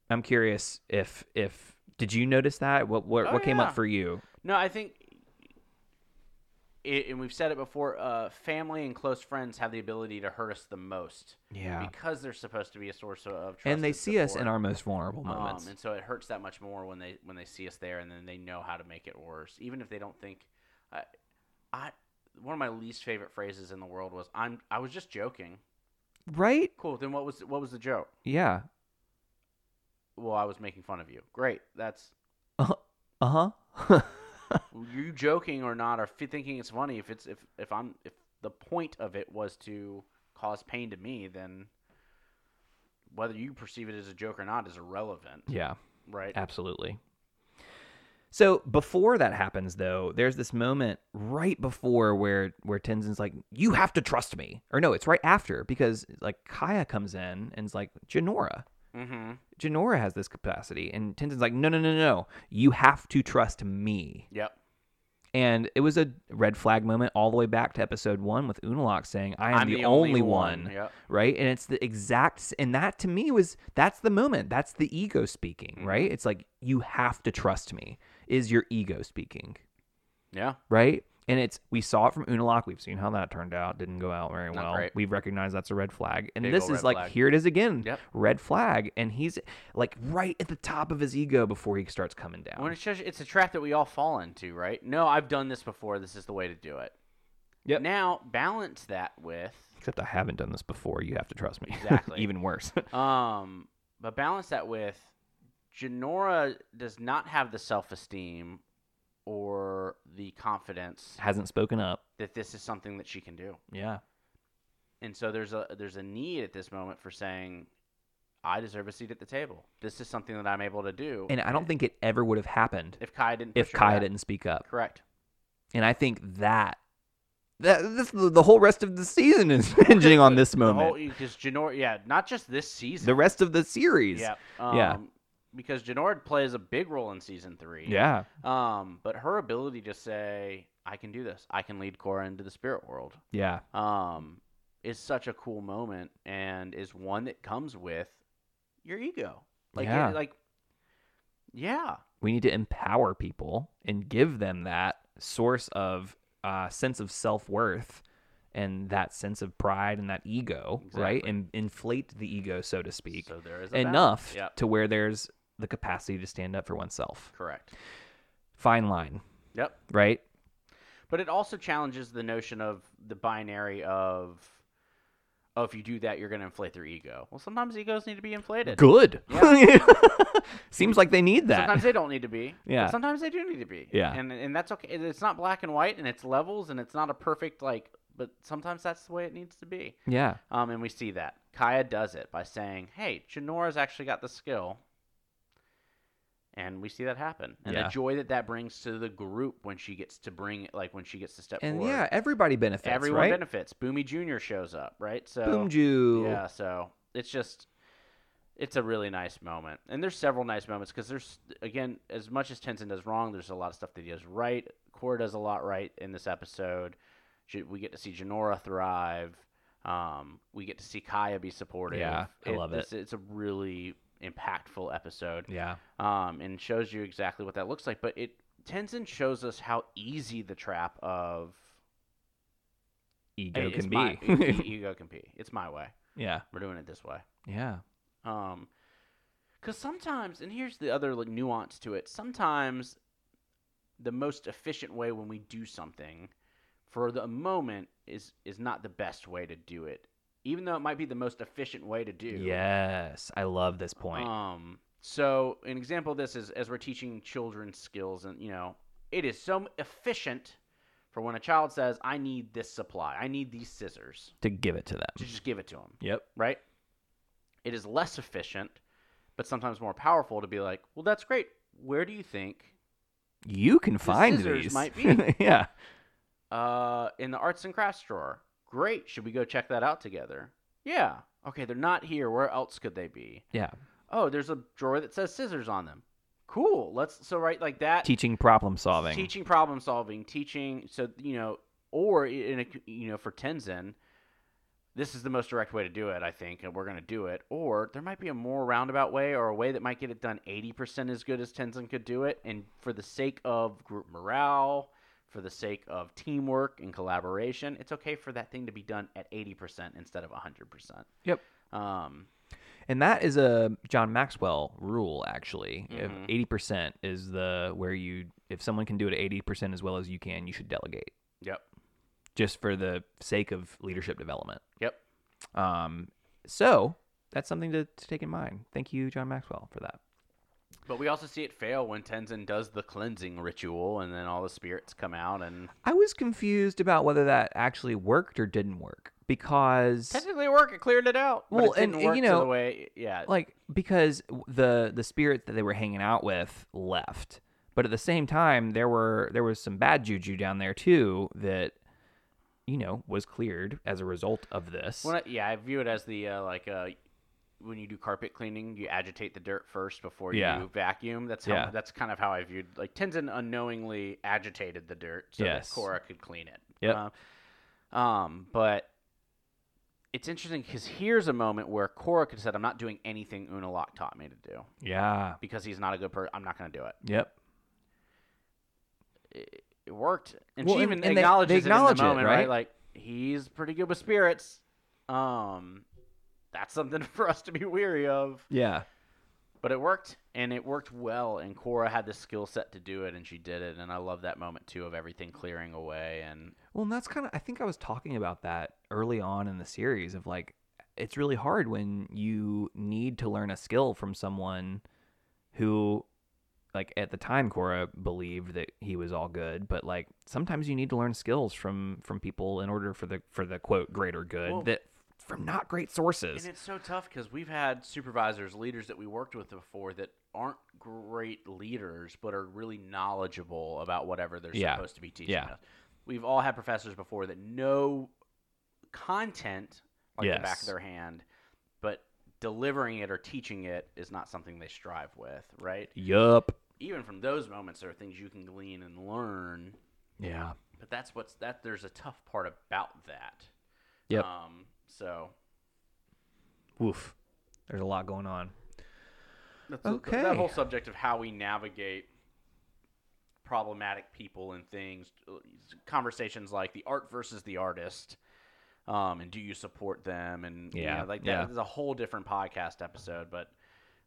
Speaker 1: i'm curious if if did you notice that what what,
Speaker 2: Oh,
Speaker 1: what came
Speaker 2: yeah.
Speaker 1: up for you
Speaker 2: No, I think, it, and we've said it before. Uh, family and close friends have the ability to hurt us the most
Speaker 1: yeah
Speaker 2: because they're supposed to be a source of, of trust.
Speaker 1: and they
Speaker 2: and
Speaker 1: see us in
Speaker 2: support.
Speaker 1: our most vulnerable moments
Speaker 2: Um, and so it hurts that much more when they when they see us there, and then they know how to make it worse, even if they don't think. I, I one of my least favorite phrases in the world was "I'm I was just joking."
Speaker 1: right
Speaker 2: Cool. Then what was what was the joke?
Speaker 1: yeah
Speaker 2: Well, I was making fun of you. Great. That's
Speaker 1: (laughs) uh-huh
Speaker 2: you joking or not or f- thinking it's funny if it's if if i'm if the point of it was to cause pain to me then whether you perceive it as a joke or not is irrelevant,
Speaker 1: Yeah.
Speaker 2: right?
Speaker 1: Absolutely. So before that happens, though, there's this moment right before where where Tenzin's like, "You have to trust me," or no, it's right after because like Kaya comes in and is like, "Janora,
Speaker 2: Mm-hmm.
Speaker 1: Janora has this capacity," and Tenzin's like, "No, no, no, no, you have to trust me."
Speaker 2: Yep.
Speaker 1: And it was a red flag moment all the way back to episode one with Unalaq saying, "I am
Speaker 2: I'm
Speaker 1: the, only, one."
Speaker 2: Yep.
Speaker 1: right and it's the exact s- and that to me was that's the moment that's the ego speaking
Speaker 2: Mm-hmm.
Speaker 1: right it's like you have to trust me is your ego speaking
Speaker 2: Yeah.
Speaker 1: right and it's we saw it from Unalak. We've seen how that turned out. Didn't go out very
Speaker 2: Not
Speaker 1: well.
Speaker 2: great.
Speaker 1: We've recognized that's a red flag. And
Speaker 2: Big
Speaker 1: this
Speaker 2: ol'
Speaker 1: is
Speaker 2: red
Speaker 1: like
Speaker 2: flag.
Speaker 1: here it is again.
Speaker 2: Yep.
Speaker 1: Red flag. And he's like right at the top of his ego before he starts coming down.
Speaker 2: When it's just, it's a trap that we all fall into, right? No, I've done this before. This is the way to do it.
Speaker 1: Yep.
Speaker 2: Now balance that with
Speaker 1: Except I haven't done this before. You have to trust me. (laughs)
Speaker 2: Exactly.
Speaker 1: Even
Speaker 2: (laughs)
Speaker 1: worse.
Speaker 2: um, but balance that with Janora does not have the self esteem or the confidence
Speaker 1: Hasn't spoken up.
Speaker 2: that this is something that she can do.
Speaker 1: Yeah.
Speaker 2: and so there's a there's a need at this moment for saying i deserve a seat at the table this is something that i'm able to do
Speaker 1: And I don't think it ever would have happened
Speaker 2: if kai didn't
Speaker 1: if
Speaker 2: push her
Speaker 1: Kaya
Speaker 2: back.
Speaker 1: didn't speak up.
Speaker 2: correct
Speaker 1: And I think that that this, the whole rest of the season is (laughs) hinging on this moment.
Speaker 2: because janora yeah not just
Speaker 1: The,
Speaker 2: this season
Speaker 1: rest of the series.
Speaker 2: yeah
Speaker 1: yeah.
Speaker 2: um, because janora plays a big role in season three
Speaker 1: Yeah.
Speaker 2: um but her ability to say i can do this i can lead cora into the spirit world
Speaker 1: Yeah.
Speaker 2: um is such a cool moment and is one that comes with your ego like it-
Speaker 1: Yeah.
Speaker 2: like yeah
Speaker 1: We need to empower people and give them that source of uh, sense of self worth and that sense of pride and that ego, right?
Speaker 2: Exactly.
Speaker 1: And inflate the ego, so to speak,
Speaker 2: So there is a balance.
Speaker 1: enough
Speaker 2: Yep.
Speaker 1: to where there's the capacity to stand up for oneself.
Speaker 2: Correct.
Speaker 1: Fine line,
Speaker 2: Yep.
Speaker 1: right?
Speaker 2: But it also challenges the notion of the binary of, oh, if you do that, you're going to inflate their ego. Well, sometimes egos need to be inflated.
Speaker 1: Good.
Speaker 2: Yeah.
Speaker 1: (laughs) Seems like they need that.
Speaker 2: Sometimes they don't need to be. but
Speaker 1: Yeah.
Speaker 2: Sometimes they do need to be.
Speaker 1: Yeah.
Speaker 2: And and that's okay. And It's not black and white, and it's levels, and it's not a perfect like. But sometimes that's the way it needs to be.
Speaker 1: yeah.
Speaker 2: Um, and we see that Kaya does it by saying, "Hey, Janora's actually got the skill," and we see that happen. And
Speaker 1: Yeah.
Speaker 2: the joy that that brings to the group when she gets to bring, like when she gets to step
Speaker 1: And
Speaker 2: forward.
Speaker 1: yeah, everybody benefits,
Speaker 2: everyone
Speaker 1: right?
Speaker 2: benefits. Boomy Junior shows up, right? So
Speaker 1: Boom Jew.
Speaker 2: yeah, so it's just it's a really nice moment, and there's several nice moments because there's again as much as Tenzin does wrong, there's a lot of stuff that he does right. Korra does a lot right in this episode. J- We get to see Janora thrive. Um, we get to see Kaya be supportive.
Speaker 1: Yeah, I love it.
Speaker 2: It's, it's a really impactful episode
Speaker 1: Yeah.
Speaker 2: um, and shows you exactly what that looks like. But it Tenzin shows us how easy the trap of
Speaker 1: Ego
Speaker 2: "Hey, it's
Speaker 1: can
Speaker 2: my-
Speaker 1: be.
Speaker 2: (laughs)
Speaker 1: (laughs)
Speaker 2: e- ego can be. It's my way.
Speaker 1: yeah.
Speaker 2: We're doing it this way.
Speaker 1: Yeah.
Speaker 2: Um, because sometimes, and here's the other like nuance to it. Sometimes, the most efficient way when we do something for the moment is is not the best way to do it, even though it might be the most efficient way to do.
Speaker 1: Yes. I love this point.
Speaker 2: Um. So an example of this is as we're teaching children skills, and you know, it is so efficient for when a child says, "I need this supply. I need these scissors,"
Speaker 1: to give it to
Speaker 2: to
Speaker 1: them.
Speaker 2: just give it to them
Speaker 1: Yep.
Speaker 2: right? It is less efficient, but sometimes more powerful to be like, well, that's great. Where do you think?
Speaker 1: You can find
Speaker 2: scissors
Speaker 1: these.
Speaker 2: might be.
Speaker 1: (laughs) yeah.
Speaker 2: Uh, in the arts and crafts drawer. Great. Should we go check that out together? Yeah. Okay, they're not here. Where else could they be?
Speaker 1: Yeah.
Speaker 2: Oh, there's a drawer that says scissors on them. Cool. Let's so right like that.
Speaker 1: Teaching problem solving.
Speaker 2: Teaching problem solving, teaching so you know, or i- in a you know for Tenzin, this is the most direct way to do it, I think, and we're going to do it. Or there might be a more roundabout way, or a way that might get it done eighty percent as good as Tenzin could do it, and for the sake of group morale, for the sake of teamwork and collaboration, it's okay for that thing to be done at eighty percent instead of hundred percent.
Speaker 1: Yep.
Speaker 2: Um,
Speaker 1: And that is a John Maxwell rule, actually. If
Speaker 2: Mhm.
Speaker 1: 80% is the where you, if someone can do it 80% as well as you can, you should delegate
Speaker 2: yep.
Speaker 1: just for the sake of leadership development.
Speaker 2: Yep.
Speaker 1: Um, so that's something to, to take in mind. Thank you, John Maxwell, for that.
Speaker 2: But we also see it fail when Tenzin does the cleansing ritual, and then all the spirits come out. And
Speaker 1: I was confused about whether that actually worked or didn't work because
Speaker 2: technically, it worked. It cleared it out. but
Speaker 1: Well,
Speaker 2: it didn't
Speaker 1: and, you
Speaker 2: work to
Speaker 1: know,
Speaker 2: the way, yeah,
Speaker 1: like because the the spirits that they were hanging out with left but at the same time there were there was some bad juju down there too that you know was cleared as a result of this
Speaker 2: When I, yeah, I view it as the uh, like uh, when you do carpet cleaning, you agitate the dirt first before you
Speaker 1: Yeah.
Speaker 2: vacuum. That's how
Speaker 1: Yeah.
Speaker 2: that's kind of how I viewed like Tenzin unknowingly agitated the dirt so
Speaker 1: Yes.
Speaker 2: that Korra could clean it.
Speaker 1: Yep.
Speaker 2: Um, um, but it's interesting because here's a moment where Korra could have said, "I'm not doing anything Unalak taught me to do
Speaker 1: yeah
Speaker 2: because he's not a good person. I'm not going to do it."
Speaker 1: yep
Speaker 2: it, it worked. And
Speaker 1: Well,
Speaker 2: she
Speaker 1: and- and
Speaker 2: even
Speaker 1: they- they
Speaker 2: acknowledges
Speaker 1: acknowledge
Speaker 2: it
Speaker 1: it,
Speaker 2: in the moment, right?
Speaker 1: right?
Speaker 2: Like he's pretty good with spirits. Um, that's something (laughs) for us to be weary of.
Speaker 1: yeah
Speaker 2: But it worked, and it worked well. And Cora had the skill set to do it, and she did it. And I love that moment too of everything clearing away. And
Speaker 1: well and that's kind of i think i was talking about that early on in the series of like it's really hard when you need to learn a skill from someone who like at the time Cora believed that he was all good, but like sometimes you need to learn skills from from people in order for the for the quote greater good
Speaker 2: Well-
Speaker 1: that from not great sources.
Speaker 2: and it's so tough because we've had supervisors, leaders that we worked with before that aren't great leaders, but are really knowledgeable about whatever they're
Speaker 1: Yeah.
Speaker 2: supposed to be teaching
Speaker 1: Yeah.
Speaker 2: us. We've all had professors before that know content like the back
Speaker 1: Yes.
Speaker 2: of their hand, but delivering it or teaching it is not something they strive with, right?
Speaker 1: yup.
Speaker 2: Even from those moments, there are things you can glean and learn
Speaker 1: Yeah.
Speaker 2: but that's what's that. There's a tough part about that.
Speaker 1: Yep.
Speaker 2: Um. So.
Speaker 1: Woof. There's a lot going on.
Speaker 2: That's a-
Speaker 1: Okay.
Speaker 2: that whole subject of how we navigate problematic people and things, conversations like the art versus the artist, um, and do you support them? And you
Speaker 1: Yeah,
Speaker 2: know, like
Speaker 1: yeah.
Speaker 2: that is a whole different podcast episode, but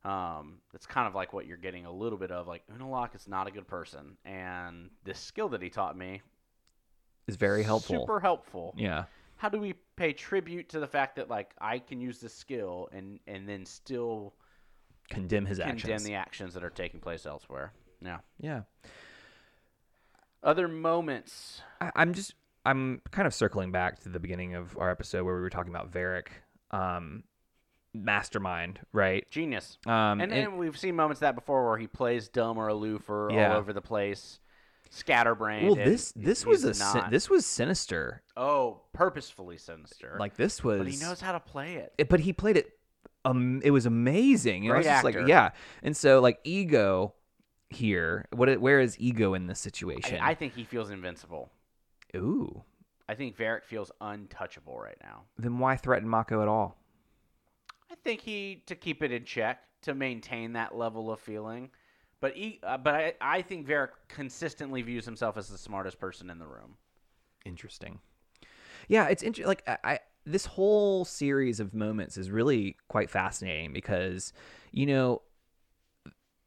Speaker 2: um, it's kind of like what you're getting a little bit of. Like Unalak is not a good person, and this skill that he taught me
Speaker 1: It's very helpful.
Speaker 2: super helpful.
Speaker 1: Yeah.
Speaker 2: how do we pay tribute to the fact that like I can use this skill and and then still
Speaker 1: Condemn his
Speaker 2: condemn
Speaker 1: actions.
Speaker 2: the actions that are taking place elsewhere? Yeah.
Speaker 1: yeah.
Speaker 2: Other moments.
Speaker 1: I, I'm just I'm kind of circling back to the beginning of our episode where we were talking about Varric, um, mastermind, right?
Speaker 2: Genius.
Speaker 1: Um,
Speaker 2: and, and we've seen moments of that before where he plays dumb or aloof or
Speaker 1: Yeah.
Speaker 2: all over the place, scatterbrained.
Speaker 1: well,
Speaker 2: and
Speaker 1: this this
Speaker 2: he's
Speaker 1: was a sin-
Speaker 2: not.
Speaker 1: this was sinister.
Speaker 2: oh purposefully sinister.
Speaker 1: Like this was,
Speaker 2: but he knows how to play it.
Speaker 1: it- but he played it. Um, it was amazing. And I was
Speaker 2: Great
Speaker 1: just like,
Speaker 2: actor.
Speaker 1: yeah. And so, like, ego here. What? i- Where is ego in this situation?
Speaker 2: I, I think he feels invincible.
Speaker 1: Ooh.
Speaker 2: I think Varric feels untouchable right now.
Speaker 1: Then why threaten Mako at all?
Speaker 2: I think he to keep it in check to maintain that level of feeling, but he, uh, but I, I think Varric consistently views himself as the smartest person in the room.
Speaker 1: Interesting. Yeah, it's interesting. Like I, I, this whole series of moments is really quite fascinating because, you know,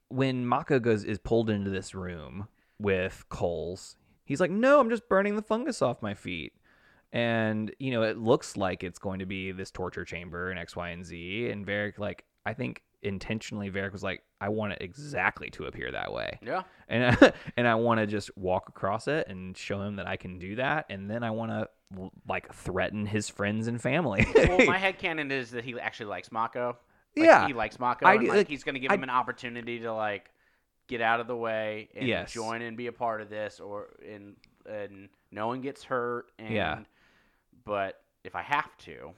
Speaker 1: when Mako goes is pulled into this room with coals, he's like, "No, I'm just burning the fungus off my feet." And you know, it looks like it's going to be this torture chamber and X, Y, and Z. And Varric, like, I think intentionally, Varric was like, "I want it exactly to appear that way."
Speaker 2: Yeah,
Speaker 1: and (laughs) I, and I want to just walk across it and show him that I can do that, and then I want to like threaten his friends and family. (laughs)
Speaker 2: well, my headcanon is that he actually likes Mako. Like,
Speaker 1: Yeah.
Speaker 2: he likes Mako.
Speaker 1: I
Speaker 2: and,
Speaker 1: do-
Speaker 2: like,
Speaker 1: like,
Speaker 2: he's going to give
Speaker 1: I-
Speaker 2: him an opportunity to like get out of the way and
Speaker 1: Yes.
Speaker 2: join and be a part of this, or and and no one gets hurt. And,
Speaker 1: Yeah.
Speaker 2: but if I have to,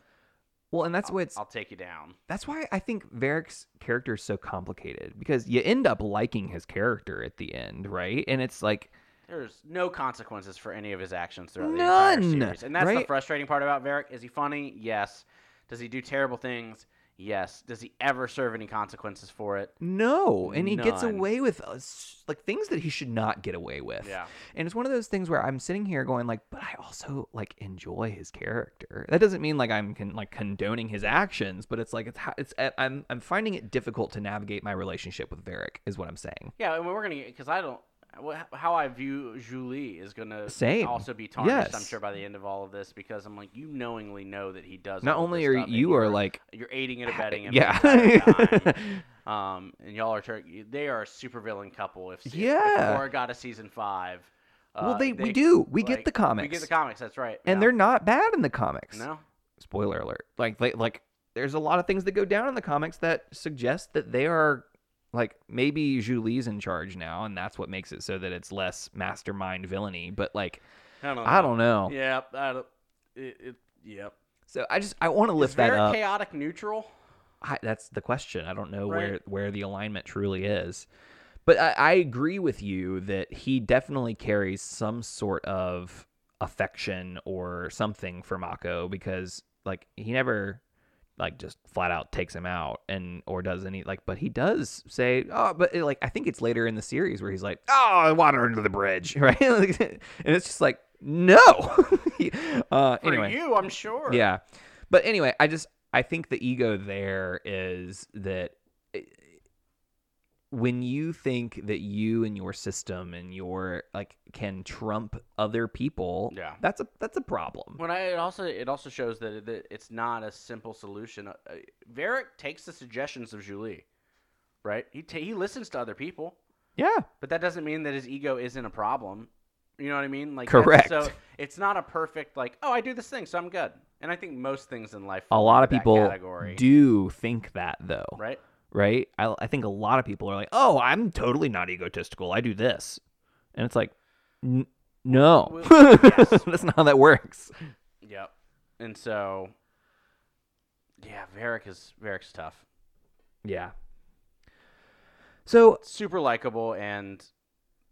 Speaker 1: well, and that's
Speaker 2: I'll-
Speaker 1: what's
Speaker 2: I'll take you down.
Speaker 1: that's why I think Varric's character is so complicated because you end up liking his character at the end, right? And it's like
Speaker 2: There's no consequences for any of his actions throughout the entire
Speaker 1: None,
Speaker 2: series, and that's the
Speaker 1: right?
Speaker 2: frustrating part about Varric. Is he funny? Yes. Does he do terrible things? Yes. Does he ever serve any consequences for it?
Speaker 1: no, and he gets
Speaker 2: None.
Speaker 1: away with uh, s- like things that he should not get away with.
Speaker 2: Yeah.
Speaker 1: And it's one of those things where I'm sitting here going like, but I also like enjoy his character. That doesn't mean like I'm con- like condoning his actions, but it's like it's how it's eh, I- I'm I'm finding it difficult to navigate my relationship with Varric is what I'm saying.
Speaker 2: Yeah, and we're gonna because I don't. wha- how I view Julie is gonna
Speaker 1: Same.
Speaker 2: also be tarnished. I'm
Speaker 1: Yes.
Speaker 2: sure by the end of all of this because I'm like you knowingly know that he does.
Speaker 1: Not
Speaker 2: all of
Speaker 1: only
Speaker 2: this
Speaker 1: are
Speaker 2: stuff, and
Speaker 1: you are like,
Speaker 2: you're aiding and abetting him.
Speaker 1: yeah, (laughs)
Speaker 2: the entire time. um, and y'all are tur- they are a supervillain couple. If if
Speaker 1: Yeah.
Speaker 2: Laura got a season five.
Speaker 1: well,
Speaker 2: uh,
Speaker 1: they, we do. We get
Speaker 2: like,
Speaker 1: the comics,
Speaker 2: We get the comics. That's right.
Speaker 1: and
Speaker 2: Yeah.
Speaker 1: they're not bad in the comics.
Speaker 2: no.
Speaker 1: Spoiler alert! Like, they, like, there's a lot of things that go down in the comics that suggest that they are like maybe Julie's in charge now, and that's what makes it so that it's less mastermind villainy. But like,
Speaker 2: I don't. Know.
Speaker 1: I don't know.
Speaker 2: Uh, Yeah. I don't. It, it, yep.
Speaker 1: So I just I want to lift
Speaker 2: It's
Speaker 1: that
Speaker 2: very
Speaker 1: up.
Speaker 2: chaotic neutral.
Speaker 1: I, that's the question. I don't know
Speaker 2: Right.
Speaker 1: where where the alignment truly is, but I, I agree with you that he definitely carries some sort of affection or something for Mako because like he never like just flat out takes him out and or does any like but he does say oh but it, like I think it's later in the series where he's like oh water under the bridge (laughs) right Like, and it's just like no (laughs) uh
Speaker 2: For
Speaker 1: anyway
Speaker 2: you, I'm sure.
Speaker 1: yeah. But anyway, I just I think the ego there is that it- when you think that you and your system and your like can trump other people,
Speaker 2: Yeah.
Speaker 1: that's a that's a problem.
Speaker 2: When I it also it also shows that, it, that it's not a simple solution. Uh, uh, Varric takes the suggestions of Julie, right? He ta he listens to other people,
Speaker 1: Yeah.
Speaker 2: but that doesn't mean that his ego isn't a problem. You know what I mean? Like that's-
Speaker 1: Correct.
Speaker 2: So it's not a perfect like oh I do this thing so I'm good. And I think most things in life
Speaker 1: A
Speaker 2: fall
Speaker 1: lot
Speaker 2: into
Speaker 1: of
Speaker 2: that
Speaker 1: people
Speaker 2: category,
Speaker 1: do think that though, right?
Speaker 2: right?
Speaker 1: I, I think a lot of people are like, "Oh, I'm totally not egotistical. I do this," and it's like, n- "No,
Speaker 2: Well, yes.
Speaker 1: (laughs) that's not how that works."
Speaker 2: Yep. And so yeah, Varric is Varric's tough.
Speaker 1: Yeah. So
Speaker 2: Super likable and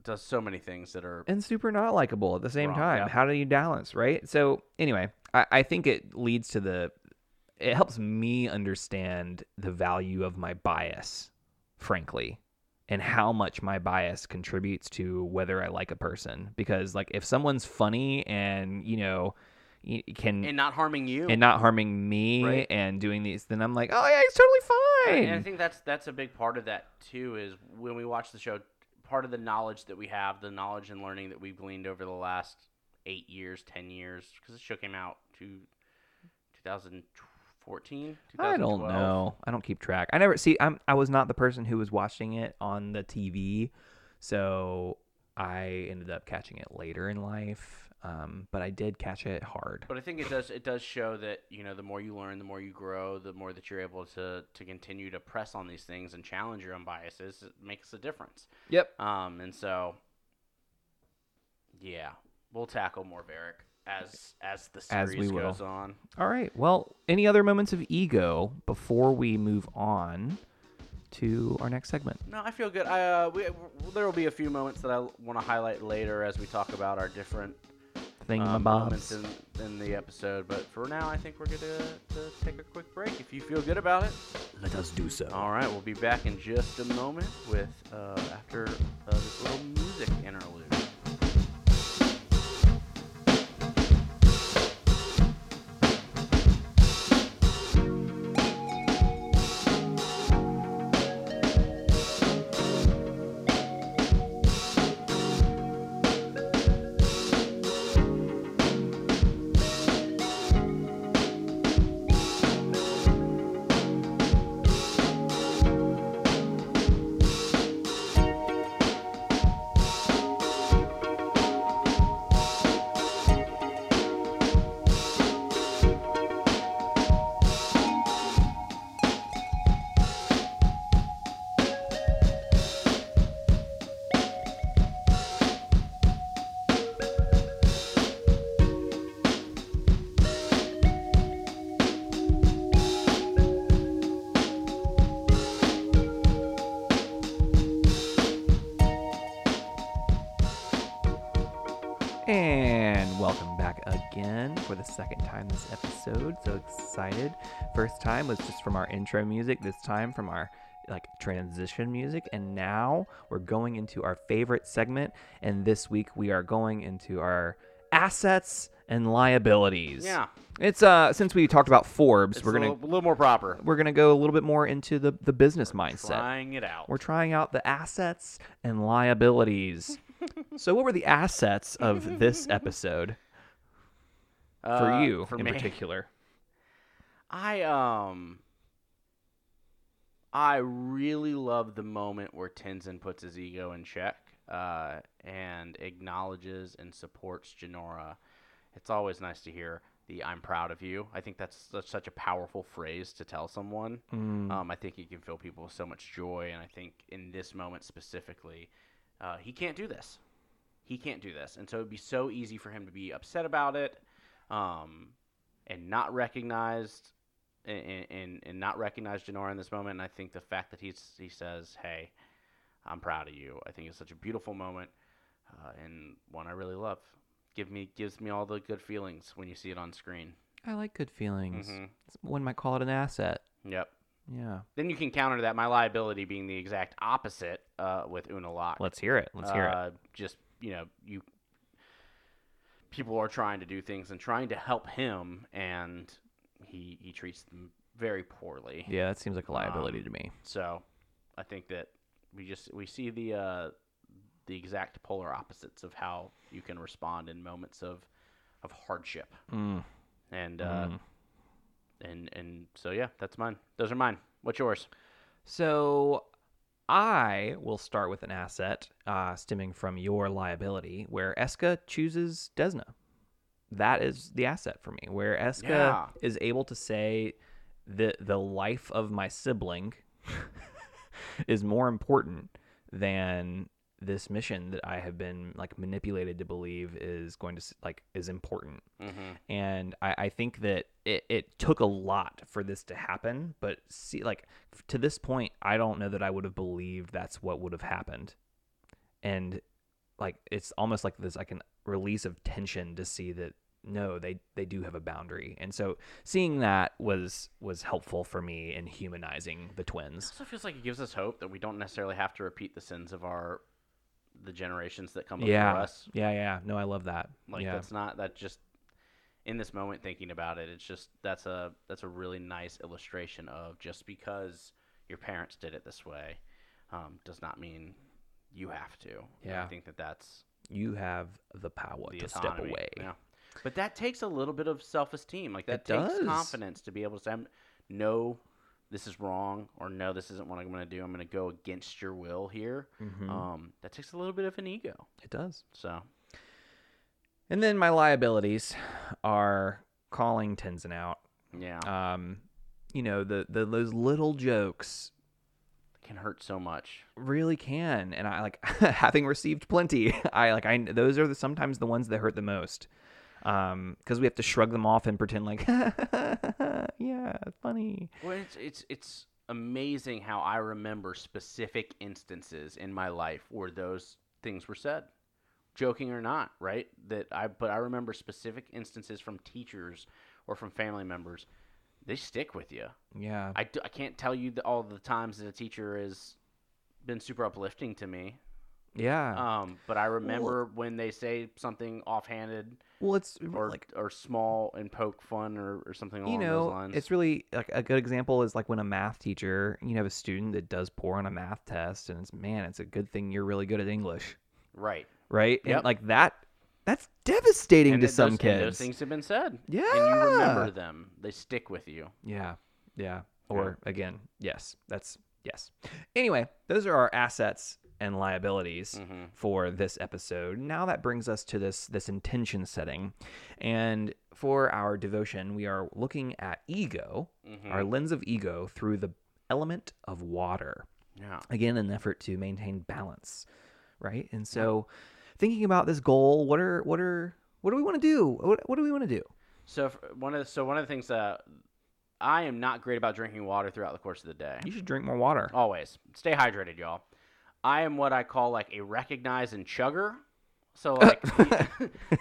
Speaker 2: does so many things that are
Speaker 1: and super not likable at the same
Speaker 2: Wrong,
Speaker 1: time.
Speaker 2: yeah.
Speaker 1: How do you balance, right? So anyway, I, I think it leads to the it helps me understand the value of my bias, frankly, and how much my bias contributes to whether I like a person. Because like if someone's funny and you know y- can
Speaker 2: and not harming you.
Speaker 1: and not harming me
Speaker 2: Right.
Speaker 1: and doing these, then I'm like, oh yeah, he's totally fine.
Speaker 2: And I think that's that's a big part of that too. Is when we watch the show, part of the knowledge that we have, the knowledge and learning that we've gleaned over the last eight years, ten years, because the show came out to 2014.
Speaker 1: I don't
Speaker 2: 2012.
Speaker 1: know. I don't keep track. I never see. I'm. I was not the person who was watching it on the TV, so I ended up catching it later in life. Um, but I did catch it hard.
Speaker 2: But I think it does it does show that you know the more you learn, the more you grow, the more that you're able to to continue to press on these things and challenge your own biases. It makes a difference.
Speaker 1: Yep.
Speaker 2: Um, and so, yeah, we'll tackle more Varric as as the
Speaker 1: As
Speaker 2: series
Speaker 1: we will.
Speaker 2: goes on.
Speaker 1: All right. Well, any other moments of ego before we move on to our next segment?
Speaker 2: No, I feel good. I, uh, we, w- there will be a few moments that I want to highlight later as we talk about our different
Speaker 1: Thing
Speaker 2: um, moments
Speaker 1: bobs.
Speaker 2: in, in the episode. But for now, I think we're going to to take a quick break if you feel good about it.
Speaker 1: Let us do so.
Speaker 2: All right, we'll be back in just a moment with uh, after uh, this little music interlude.
Speaker 1: And welcome back again for the second time this episode. So excited. First time was just from our intro music, this time from our like transition music, and now we're going into our favorite segment. And this week we are going into our assets and liabilities.
Speaker 2: Yeah.
Speaker 1: It's uh since we talked about Forbes,
Speaker 2: It's
Speaker 1: we're
Speaker 2: a
Speaker 1: gonna
Speaker 2: little, a little more proper.
Speaker 1: we're gonna go a little bit more into the, the business mindset.
Speaker 2: Trying it out. (laughs)
Speaker 1: We're trying out the assets and liabilities So, what were the assets of this episode for
Speaker 2: Uh,
Speaker 1: you
Speaker 2: for
Speaker 1: in
Speaker 2: me. (laughs)
Speaker 1: particular?
Speaker 2: I um I really love the moment where Tenzin puts his ego in check uh, and acknowledges and supports Janora. It's always nice to hear the "I'm proud of you." I think that's, that's such a powerful phrase to tell someone.
Speaker 1: Mm.
Speaker 2: Um, I think he can fill people with so much joy, and I think in this moment specifically, uh, he can't do this. He can't do this, and so it'd be so easy for him to be upset about it, um, and not recognized, and, and and not recognize Janora in this moment. And I think the fact that he's he says, "Hey, I'm proud of you," I think is such a beautiful moment, uh, and one I really love. Give me gives me all the good feelings when you see it on screen.
Speaker 1: I like good feelings.
Speaker 2: hmm
Speaker 1: One might call it an asset.
Speaker 2: Yep.
Speaker 1: Yeah.
Speaker 2: Then you can counter that my liability being the exact opposite uh, with Una Lock.
Speaker 1: Let's hear it. Let's hear it.
Speaker 2: Uh, just you know, you people are trying to do things and trying to help him, and he he treats them very poorly.
Speaker 1: Yeah, that seems like a liability
Speaker 2: um,
Speaker 1: to me.
Speaker 2: So I think that we just we see the uh, the exact polar opposites of how you can respond in moments of of hardship,
Speaker 1: Mm,
Speaker 2: and uh,
Speaker 1: mm.
Speaker 2: and and so yeah, that's mine. Those are mine. What's yours?
Speaker 1: So I will start with an asset uh, stemming from your liability, where Eska chooses Desna. That is the asset for me, where Eska
Speaker 2: Yeah.
Speaker 1: is able to say the the life of my sibling (laughs) is more important than this mission that I have been like manipulated to believe is going to s- like is important
Speaker 2: Mm-hmm.
Speaker 1: and I, I think that it, it took a lot for this to happen but see like f- to this point i don't know that i would have believed that's what would have happened and like it's almost like this like an release of tension to see that no they they do have a boundary and so seeing that was was helpful for me in humanizing the twins
Speaker 2: also feels like it gives us hope that we don't necessarily have to repeat the sins of our the generations that come before
Speaker 1: yeah
Speaker 2: us.
Speaker 1: yeah yeah no i love that
Speaker 2: Like
Speaker 1: yeah
Speaker 2: that's not that just in this moment thinking about it, it's just that's a that's a really nice illustration of just because your parents did it this way um, does not mean you have to. And I
Speaker 1: Yeah.
Speaker 2: think that that's
Speaker 1: you have the power
Speaker 2: the
Speaker 1: to step
Speaker 2: autonomy.
Speaker 1: away
Speaker 2: Yeah. But that takes a little bit of self-esteem. Like that
Speaker 1: It
Speaker 2: takes
Speaker 1: does.
Speaker 2: confidence to be able to say, "I'm- "No, this is wrong," or "No, this isn't what I'm going to do. I'm going to go against your will here."
Speaker 1: Mhm.
Speaker 2: Um, that takes a little bit of an ego.
Speaker 1: it does
Speaker 2: So
Speaker 1: And then my liabilities are calling Tenzin out.
Speaker 2: yeah,
Speaker 1: Um, you know, the, the those little jokes
Speaker 2: can hurt so much.
Speaker 1: really can, and I like (laughs) having received plenty. (laughs) I like I those are the, sometimes the ones that hurt the most. Um, because we have to shrug them off and pretend like, (laughs) yeah, funny.
Speaker 2: Well, it's it's it's amazing how I remember specific instances in my life where those things were said, joking or not, right? That I but I remember specific instances from teachers or from family members. They stick with you.
Speaker 1: Yeah,
Speaker 2: I, d- I can't tell you the, all the times that a teacher has been super uplifting to me.
Speaker 1: yeah.
Speaker 2: Um, but I remember when they say something offhanded
Speaker 1: well, it's
Speaker 2: or
Speaker 1: like
Speaker 2: or small and poke fun or, or something along
Speaker 1: you
Speaker 2: those
Speaker 1: know,
Speaker 2: lines.
Speaker 1: it's really like a good example is like when a math teacher, you have a student that does poor on a math test, and it's man, it's a good thing you're really good at English.
Speaker 2: right.
Speaker 1: right?
Speaker 2: Yep.
Speaker 1: And like that, that's devastating
Speaker 2: And
Speaker 1: to
Speaker 2: that
Speaker 1: some
Speaker 2: those, and
Speaker 1: kids.
Speaker 2: those things have been said.
Speaker 1: yeah.
Speaker 2: And you remember them. They stick with you.
Speaker 1: Yeah. Yeah. Or again, yes. That's yes. Anyway, those are our assets and liabilities
Speaker 2: Mhm.
Speaker 1: for this episode. Now that brings us to this this intention setting. And for our devotion, we are looking at ego,
Speaker 2: Mhm.
Speaker 1: our lens of ego through the element of water.
Speaker 2: Yeah.
Speaker 1: again an effort to maintain balance right and so thinking about this goal what are what are what do we want to do what, what do we want to do
Speaker 2: So if, one of the, so one of the things that I am not great about drinking water throughout the course of the day.
Speaker 1: you should drink more water
Speaker 2: Always stay hydrated, y'all. I am what I call like a recognize and chugger.
Speaker 1: (laughs)
Speaker 2: So like,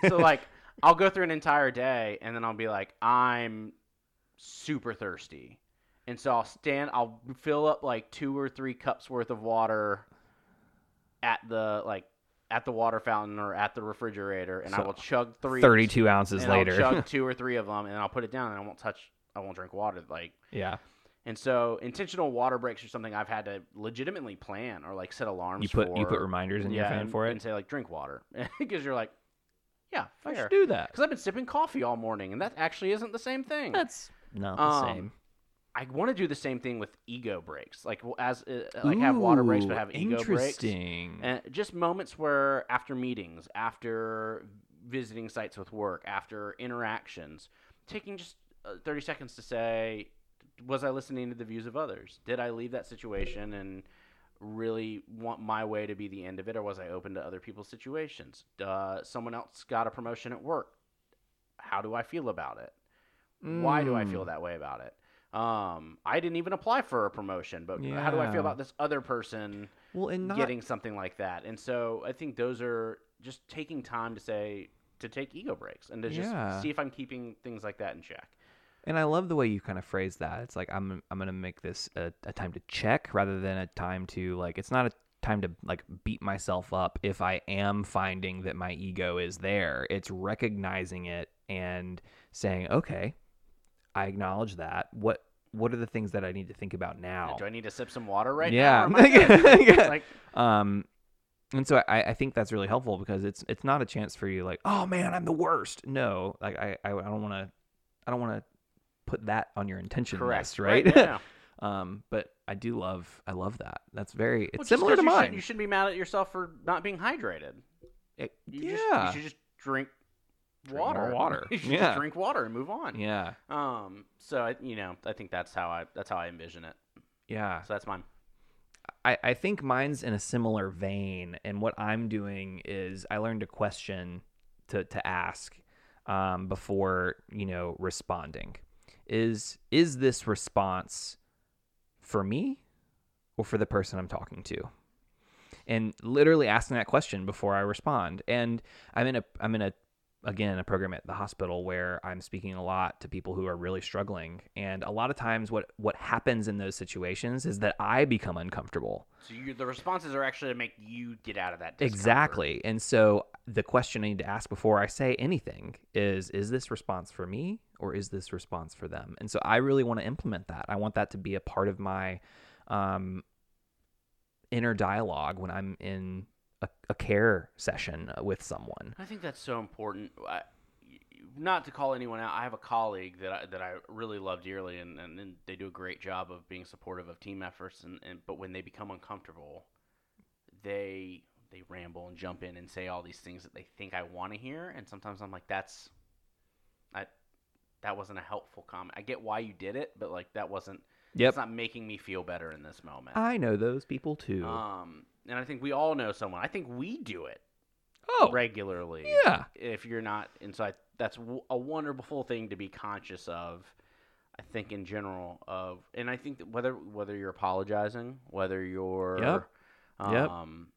Speaker 2: so like, I'll go through an entire day and then I'll be like, I'm super thirsty, and so I'll stand, I'll fill up like two or three cups worth of water at the like at the water fountain or at the refrigerator, and I
Speaker 1: So,
Speaker 2: will chug three,
Speaker 1: 32 ounces
Speaker 2: and I'll
Speaker 1: later
Speaker 2: chug two or three of them, and I'll put it down, and I won't touch, I won't drink water. Like
Speaker 1: (laughs) yeah
Speaker 2: And so intentional water breaks are something I've had to legitimately plan or like set alarms.
Speaker 1: You put
Speaker 2: for,
Speaker 1: you put reminders in
Speaker 2: yeah,
Speaker 1: your phone
Speaker 2: and,
Speaker 1: for it.
Speaker 2: and say like drink water (laughs) because you're like, yeah,
Speaker 1: I
Speaker 2: fair.
Speaker 1: should do that.
Speaker 2: Because I've been sipping coffee all morning, and that actually isn't the same thing.
Speaker 1: That's not the
Speaker 2: Um,
Speaker 1: same.
Speaker 2: I want to do the same thing with ego breaks, like w- as uh, like have water breaks, but
Speaker 1: Ooh,
Speaker 2: have ego breaks,
Speaker 1: interesting.
Speaker 2: and just moments where after meetings, after visiting sites with work, after interactions, taking just uh, thirty seconds to say, was I listening to the views of others? Did I leave that situation and really want my way to be the end of it, or was I open to other people's situations? Uh, someone else got a promotion at work. How do I feel about it? Why do I feel
Speaker 1: Mm.
Speaker 2: that way about it? Um, I didn't even apply for a promotion, but how do I
Speaker 1: Yeah.
Speaker 2: feel about this other person
Speaker 1: Hmm. Well, and not
Speaker 2: getting something like that? And so I think those are just taking time to say to take ego breaks and to just
Speaker 1: Yeah.
Speaker 2: see if I'm keeping things like that in check.
Speaker 1: And I love the way you kind of phrase that. It's like I'm I'm gonna make this a, a time to check rather than a time to like it's not a time to like beat myself up if I am finding that my ego is there. It's recognizing it and saying, Okay, I acknowledge that. What what are the things that I need to think about now?
Speaker 2: Do I need to sip some water right
Speaker 1: yeah.
Speaker 2: now?
Speaker 1: (laughs)
Speaker 2: Am I good?
Speaker 1: Yeah.
Speaker 2: like
Speaker 1: Um, and so I, I think that's really helpful because it's it's not a chance for you like, oh man, I'm the worst. No, like I I, I don't want to I don't want to put that on your intention
Speaker 2: correct,
Speaker 1: list, right?
Speaker 2: Yeah, yeah.
Speaker 1: (laughs) um, but I do love I love that. That's very it's
Speaker 2: Well, just
Speaker 1: similar
Speaker 2: 'cause
Speaker 1: to
Speaker 2: you should-
Speaker 1: mine.
Speaker 2: you shouldn't be mad at yourself for not being hydrated.
Speaker 1: It-
Speaker 2: You
Speaker 1: yeah,
Speaker 2: Just, you should just drink.
Speaker 1: Drink more
Speaker 2: Water,
Speaker 1: water.
Speaker 2: (laughs) You should
Speaker 1: Yeah.
Speaker 2: just drink water and move on.
Speaker 1: yeah,
Speaker 2: Um. So I, you know, I think that's how I that's how I envision it.
Speaker 1: yeah.
Speaker 2: So that's mine.
Speaker 1: I, I think mine's in a similar vein. And what I'm doing is I learned to question, to, to ask um, before, you know, responding. Is is this response for me or for the person I'm talking to? And literally asking that question before I respond. And I'm in a I'm in a again a program at the hospital where I'm speaking a lot to people who are really struggling. And a lot of times what what happens in those situations is that I become uncomfortable.
Speaker 2: So you, the responses are actually to make you get out of that. discomfort.
Speaker 1: Exactly. And so the question I need to ask before I say anything is is this response for me or is this response for them? And so I really want to implement that. I want that to be a part of my um, inner dialogue when I'm in a, a care session with someone.
Speaker 2: I think that's so important. I, not to call anyone out, I have a colleague that I, that I really love dearly, and, and, and they do a great job of being supportive of team efforts. And, and but when they become uncomfortable, they they ramble and jump in and say all these things that they think I want to hear. And sometimes I'm like, that's I that wasn't a helpful comment. I get why you did it, but like that wasn't.
Speaker 1: Yep.
Speaker 2: It's not making me feel better in this moment.
Speaker 1: I know those people too.
Speaker 2: Um, and I think we all know someone. I think we do it
Speaker 1: oh,
Speaker 2: regularly.
Speaker 1: yeah.
Speaker 2: If you're not, and so I, that's w- a wonderful thing to be conscious of. I think in general of, and I think that whether whether you're apologizing, whether you're,
Speaker 1: Yep. Yep.
Speaker 2: um,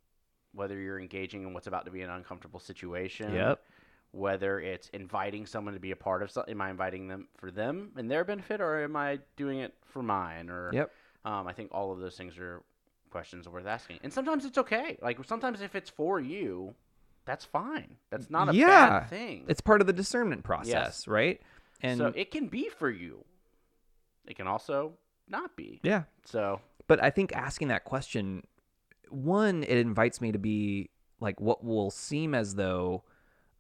Speaker 2: whether you're engaging in what's about to be an uncomfortable situation,
Speaker 1: Yep.
Speaker 2: Whether it's inviting someone to be a part of something, am I inviting them for them and their benefit, or am I doing it for mine? Or
Speaker 1: Yep.
Speaker 2: um, I think all of those things are questions worth asking. And sometimes it's okay. Like sometimes if it's for you, that's fine. That's not a
Speaker 1: Yeah.
Speaker 2: bad thing.
Speaker 1: It's part of the discernment process, right? And
Speaker 2: so it can be for you. It can also not be.
Speaker 1: yeah,
Speaker 2: So
Speaker 1: but I think asking that question, one, it invites me to be like what will seem as though